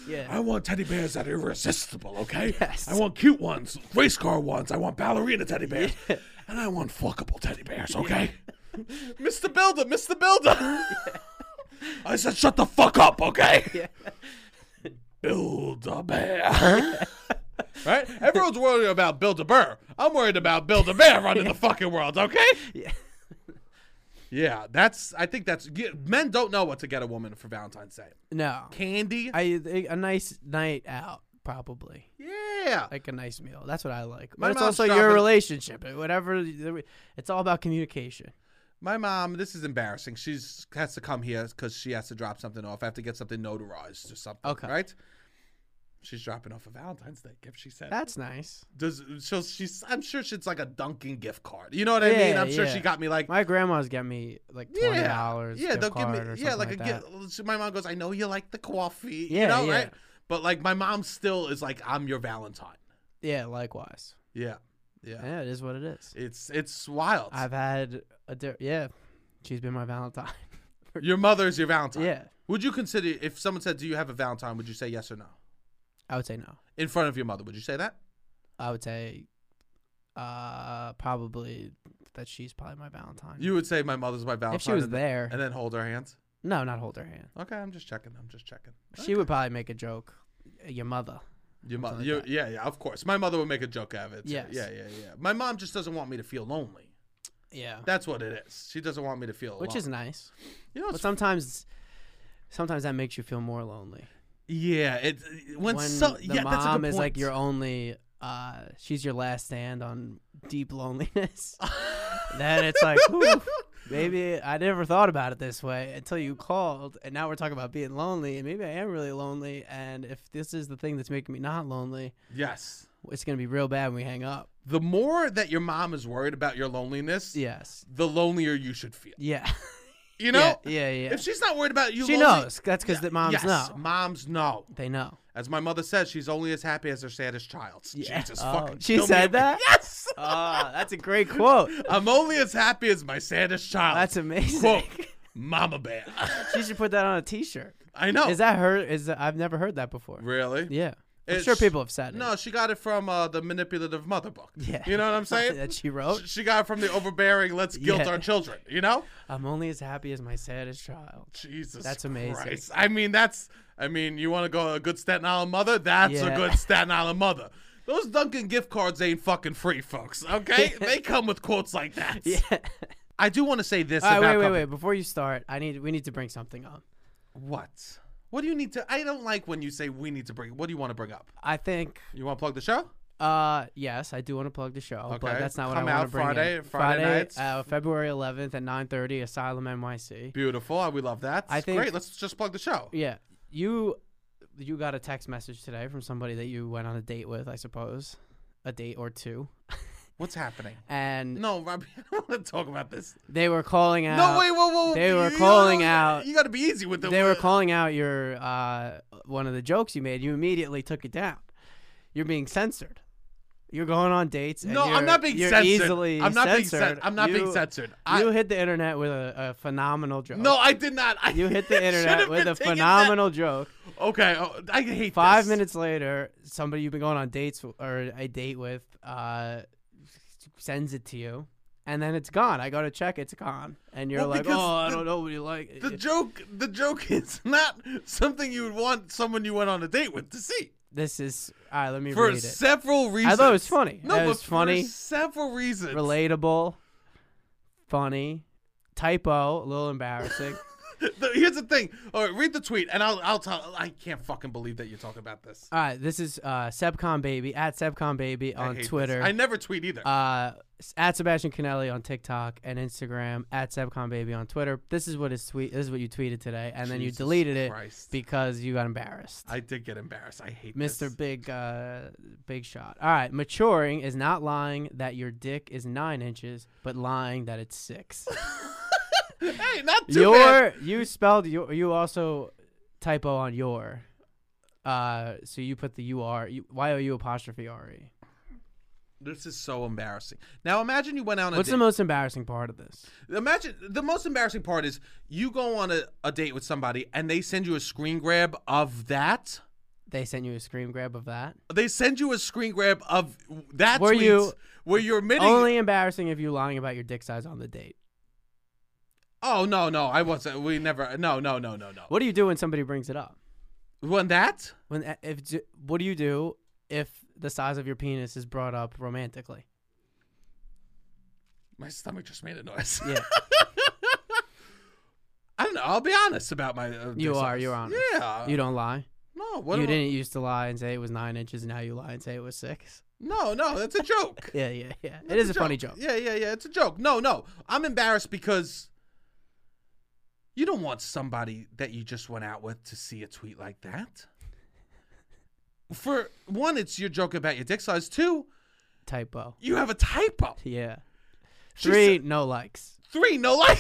yeah.
I want teddy bears that are irresistible, okay?
Yes.
I want cute ones, race car ones. I want ballerina teddy *laughs* bears, and I want fuckable teddy bears, okay? *laughs* Mr. Builder, Mr. Builder. *laughs* I said, shut the fuck up, *laughs* okay? Build a *laughs* bear. right? Everyone's worried about Build a Bear. I'm worried about Build a Bear running *laughs* the fucking world, okay?
Yeah.
Yeah, that's. I think that's. yeah, Men don't know what to get a woman for Valentine's Day.
No,
Candy.
I a nice night out probably.
yeah.
like a nice meal. That's what I like.
My
But it's
mom's
also your
shopping-
relationship. It- Whatever. the- It's all about communication.
My mom, this is embarrassing. She's has to come here because she has to drop something off. I have to get something notarized or something.
Okay.
Right? She's dropping off a Valentine's Day gift. She said,
That's nice.
"Does she'll, she's? I'm sure it's like a Dunkin' gift card. You know what I mean?
Yeah,
I'm sure
yeah.
she got me like
My grandma's got me like twenty dollars.
yeah, they'll give me.
Or
yeah, like,
something like,
a
that.
gift. so My mom goes, "I know you like the coffee, you
Yeah,
know,
yeah.
right?" But like, my mom still is like, "I'm your Valentine."
Yeah, likewise.
Yeah, Yeah.
Yeah, it is what it is.
It's it's wild.
I've had a di- yeah. She's been my Valentine. *laughs*
your mother's your Valentine.
yeah,
Would you consider if someone said, "Do you have a Valentine?" Would you say yes or no?
I would say no.
In front of your mother, would you say that?
I would say, uh, probably that she's probably my Valentine.
You would say, "My mother's my Valentine."
if she was
and-
there,
and then hold her hands.
no, not hold her hand.
Okay, I'm just checking. I'm just checking.
She would probably make a joke. Your mother.
Your mother,
like
you,
that.
yeah, yeah, of course. My mother would make a joke out of it. too.
Yes.
Yeah, yeah, yeah. My mom just doesn't want me to feel lonely.
Yeah,
That's what it is. She doesn't want me to feel.
which
alone.
is nice.
you know,
But
it's-
sometimes, sometimes that makes you feel more lonely.
yeah. It when,
when
so,
the
yeah,
mom
that's a good
is
point. *laughs*
like your *laughs* only uh she's your last stand on
*laughs*
deep loneliness then it's like "Ooh, maybe i never thought about it this way until you called and now we're talking about being lonely and maybe i am really lonely and if this is the thing that's making me not lonely
yes.
it's gonna be real bad when we hang up
The more that your mom is worried about your loneliness,
yes
the lonelier you should feel.
yeah *laughs*
You know,
yeah yeah, yeah.
if she's not worried about you,
she
lonely-
knows that's because the moms
yes,
know
moms know.
they know
As my mother says, she's only as happy as her saddest child.
Yeah.
Jesus
Oh,
fucking.
she
kill me
said
if-
that?
*laughs* Yes.
oh that's a great quote
I'm only as happy as my saddest child.
that's amazing *laughs*
quote, Mama Bear. *laughs*
she should put that on a t-shirt
I know.
Is that her? Is that, I've never heard that before.
Oh. really?
Yeah, I'm
It's-
sure people have said it.
No, she got it from uh, the manipulative mother book.
*laughs* Yeah.
You know
*laughs*
what I'm saying?
that she wrote.
Sh- she got it from the overbearing.
*laughs*
Let's guilt
Yeah.
our children. You know?
I'm only as happy as my saddest
*laughs*
child.
Jesus.
That's amazing.
Christ. I mean, that's. I mean, you want to go a good Staten Island mother? That's a
Yeah.
good Staten Island mother. Those Dunkin' gift cards ain't fucking free, folks.
*laughs*
Okay, they come with quotes like that.
Yeah.
I do want to say this.
All right,
about
wait, wait,
company-
wait. Before you start, I need we need to bring something up.
What? What do you need to? I don't like when you say we need to bring. What do you want to bring up?
I think.
You want to plug the show?
Uh, yes, I do want to plug the show,
Okay.
but that's not what
Come
I want
out
to bring
Friday-
in.
Friday nights.
uh, February 11th at 9:30, Asylum NYC.
Beautiful. We love that.
I think-
Great. Let's just plug the show.
Yeah, you you got a text message today from somebody that you went on a date with, I suppose, a date or two,
What's happening?
and
No, *laughs* Robbie, I don't want to talk about this.
they were calling out.
no, wait, whoa, whoa.
they were
you-
calling out-
You got to be easy with the.
they were calling out your uh, one of the jokes you made. You immediately took it down. You're being censored. You're going on dates. And
No,
you're,
I'm not being
you're
censored.
Easily
I'm not
censored.
being censored. I'm not being
You-
censored. I,
you hit the internet with a, a phenomenal joke.
no, I did not. I
you hit
*laughs* should
the internet
have
with
been
a
taking that-
phenomenal joke.
Okay, oh, I hate
Five
this.
minutes later, somebody you've been going on dates w- or a date with uh, sends it to you, and then it's gone. I go to check, it's gone, and you're
Well,
like, "Oh,
because
I
the-
don't know what you like."
The joke, the joke *laughs* is not something you would want someone you went on a date with to see
this is all right. Let me
for
read it.
several
I
reasons.
thought it was funny.
No,
it
but
was
for
funny,
several reasons.
relatable, funny, typo, a
*laughs*
little embarrassing.
*laughs* The- Here's the thing. All right, read the tweet, and I'll I'll tell. I can't fucking believe that you're talking about this.
All right, this is uh, Sebcom Baby at Sebcom Baby
I
on
hate this.
Twitter,
I never tweet either.
uh, s- at Sebastian Canelli on TikTok and Instagram, at Sebcom Baby on Twitter. This is what his tweet. This is what you tweeted today, and then you
Jesus
deleted it
Christ.
because you got embarrassed.
I did get embarrassed. I hate
Mr.
This.
Big uh, Big Shot. All right, maturing is not lying that your dick is nine inches, but lying that it's six.
*laughs* Hey, not *laughs* too
your
bad.
you spelled your you also typo on your uh so you put the u r you y o u apostrophe r e
This is so embarrassing. Now imagine you went out on a
what's the
date.
most embarrassing part of this
imagine the most embarrassing part is you go on a, a date with somebody and they send you a screen grab of that.
they sent you a screen grab of that
They send you a screen grab of that
Were
tweet
you-
where you're admitting
only embarrassing if you lying about your dick size on the date
Oh no, no, I wasn't we never no no no no no.
what do you do when somebody brings it up
When that?
when eh, if what do you do if the size of your penis is brought up romantically
My stomach just made a noise.
yeah
*laughs* I don't know. I'll be honest about my. Uh,
You
dick
are,
size.
you're honest.
Yeah.
you don't lie
no. Uh, What
you
am I-
didn't used to lie and say it was nine inches now you lie and say it was six
No, no. That's a joke.
yeah yeah yeah *laughs* it
That's
is a funny joke
Yeah, yeah, yeah. It's a joke. No, no. I'm embarrassed because you don't want somebody that you just went out with to see a tweet like that. For one, it's your joke about your dick size. Two,
typo
you have a typo.
yeah
She
Three
said- *laughs*
no likes.
Three, no like.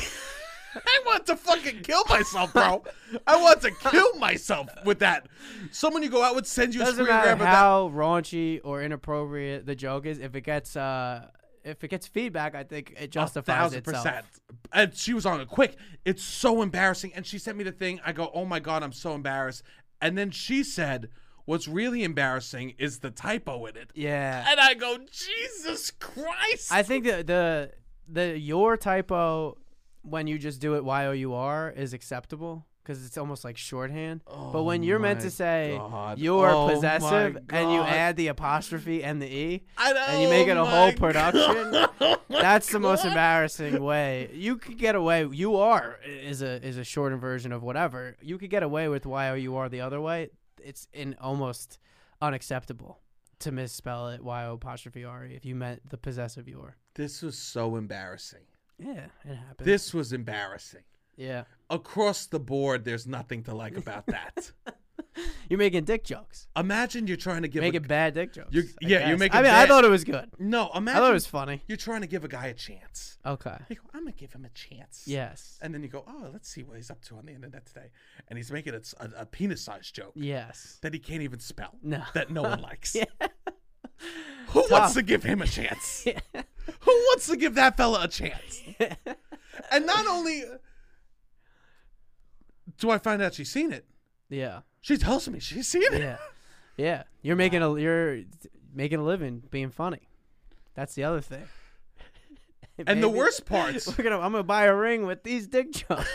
I want to fucking kill myself, bro. I want to kill myself with that. Someone you go out with sends you a
Doesn't
screen
matter
grab of that.
how raunchy or inappropriate the joke is. If it gets uh, if it gets feedback, I think it justifies itself.
And she was on it quick. It's so embarrassing. And she sent me the thing. I go, oh my God, I'm so embarrassed. And then she said, what's really embarrassing is the typo in it.
Yeah.
And I go, Jesus Christ.
I think the the the your typo when you just do it y o u r is acceptable because it's almost like shorthand. but when you're meant
Oh my
to say
God.
you're
Oh my
possessive and you
God.
add the apostrophe and the e,
I know,
and you make it a
oh
whole
my
production,
God. Oh my
that's the
*laughs*
most
God.
embarrassing way you could get away. You are is a is a shortened version of whatever. You could get away with y o u r the other way. It's in almost unacceptable to misspell it y o apostrophe r e if you meant the possessive your.
This was so embarrassing.
Yeah, it happens.
This was embarrassing.
yeah.
Across the board, there's nothing to like about
*laughs*
that.
You're making dick jokes.
imagine you're trying to give a,
Making bad dick jokes.
You're-
I
yeah, you're
guess.
making
I mean, I
bad-
thought it was good.
no.
I
Imagine
thought it
*laughs*
was funny.
you're trying to give a guy a chance.
Okay.
You go, I'm gonna give him a chance.
Yes.
And then you go, oh, let's see what he's up to on the internet today. And he's making a, a, penis-sized joke *laughs*
Yes.
that he can't even spell.
No.
That no
*laughs*
one likes.
Yeah.
Who wants to give him a chance? Who wants to give that fella a
*laughs*
chance? And not only do I find out she's seen it,
yeah.
she tells me she's seen it.
Yeah. Yeah. You're making a you're making a living being funny. That's the other thing. *laughs*
And the
Maybe-
worst parts,
*laughs* We're gonna, I'm gonna buy a ring with these dick jokes.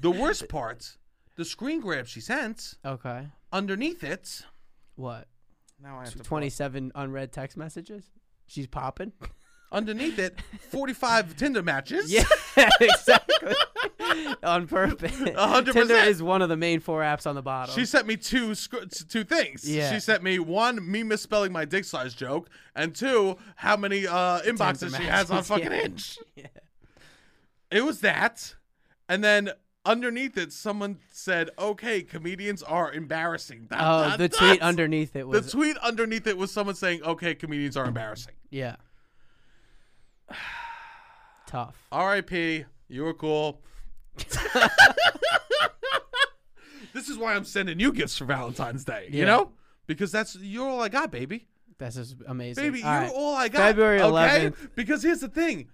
the worst parts, the screen grab she sent
okay.
underneath it.
What?
Now I have to pull it.
27 unread text messages.
*laughs*
She's popping.
underneath it.
*laughs*
Forty-five Tinder matches.
Yeah, exactly. *laughs* on purpose.
hundred
Tinder
percent.
is one of the main four apps on the bottom.
She sent me two sc- two things.
Yeah.
She sent me one me misspelling my dick size joke, and two how many uh, inboxes she has on
matches, *laughs*
fucking
yeah.
Hinge.
Yeah.
It was that, and then underneath it, someone said, "Okay, comedians are embarrassing." Dot,
Oh,
dot,
the
dot.
tweet underneath it
the
was
tweet underneath it was someone saying, "Okay, comedians are embarrassing." *sighs*
yeah. Tough.
R.I.P. You were
*laughs*
cool. this is why I'm sending you gifts for Valentine's Day. You
Yeah.
know, because that's you're all I got, baby.
That's just amazing.
Baby,
All
you're
right.
all I got.
February
okay?
11th.
Because here's the thing.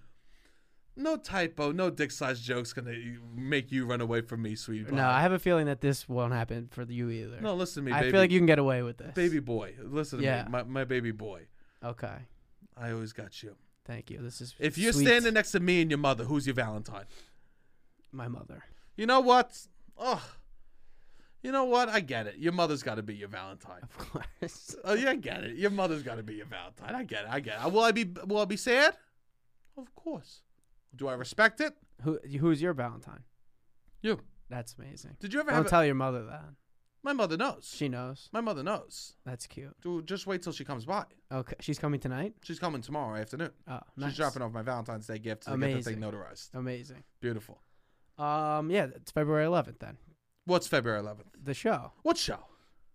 No typo, no dick size jokes gonna make you run away from me, sweetie.
No, I have a feeling that this won't happen for you either.
no, listen to me,
I
baby.
feel like you can get away with this.
baby boy. Listen to
Yeah.
me, my, my baby boy.
Okay.
I always got you.
Thank you. This is
If you're
sweet.
standing next to me and your mother, who's your Valentine?
my mother.
You know what? Oh, you know what? I get it. Your mother's got to be your Valentine. *laughs*
Of course.
Oh yeah, I get it. Your mother's got to be your Valentine. I get it. I get it. Will I be? Will I be sad? Of course. Do I respect it?
Who who's your Valentine?
You.
That's amazing.
Did you ever have?
Don't
a-
tell your mother that.
My mother knows.
She knows.
My mother knows.
That's cute.
Dude, just wait till she comes by.
Okay. She's coming tonight?
She's coming tomorrow afternoon.
Oh, nice.
She's dropping off my Valentine's Day gift to get the thing
Amazing.
notarized.
Amazing.
Beautiful.
Um, yeah, it's February 11th then.
What's February 11th?
The show.
What show?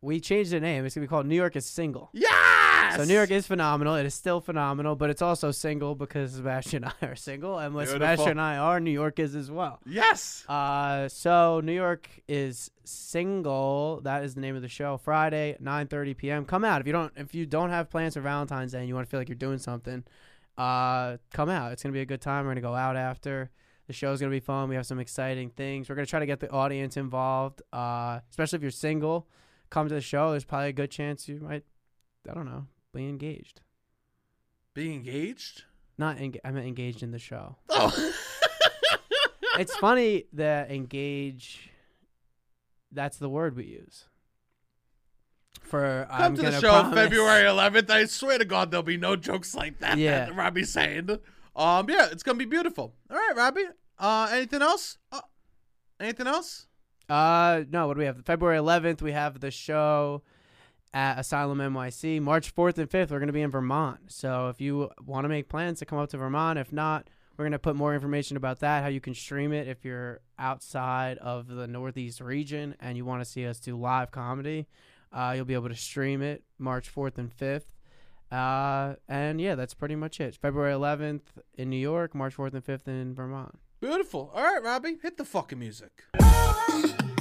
We changed the name. It's going to be called New York is Single.
Yes.
So New York is phenomenal. It is still phenomenal, but it's also single because Sebastian and I are single, and when
Beautiful.
Sebastian and I are, New York is as well.
Yes.
Uh, so New York is single. That is the name of the show. Friday, 9:30 p.m. Come out if you don't if you don't have plans for Valentine's Day and you want to feel like you're doing something. Uh, come out. It's gonna be a good time. We're gonna go out after. The show's gonna be fun. We have some exciting things. We're gonna try to get the audience involved. Uh, especially if you're single, come to the show. There's probably a good chance you might, I don't know, be engaged.
Be engaged.
Not enga- I meant engaged in the show.
Oh.
it's funny that engage that's the word we use for
*laughs* Come
I'm
to the
gonna
show
promise-
February 11th. I swear to God, there'll be no jokes like that.
Yeah.
that Robbie's saying. Um, yeah, it's gonna be beautiful. All right, Robbie. Uh, anything else? Uh, anything else?
uh no what do we have february 11th we have the show at asylum nyc march 4th and 5th we're going to be in vermont so if you want to make plans to come up to vermont if not we're going to put more information about that how you can stream it if you're outside of the northeast region and you want to see us do live comedy uh, you'll be able to stream it march 4th and 5th Uh, and yeah, that's pretty much it. February 11th in New York, March 4th and 5th in Vermont.
Beautiful. All right, Robbie, hit the fucking music.
Oh, oh.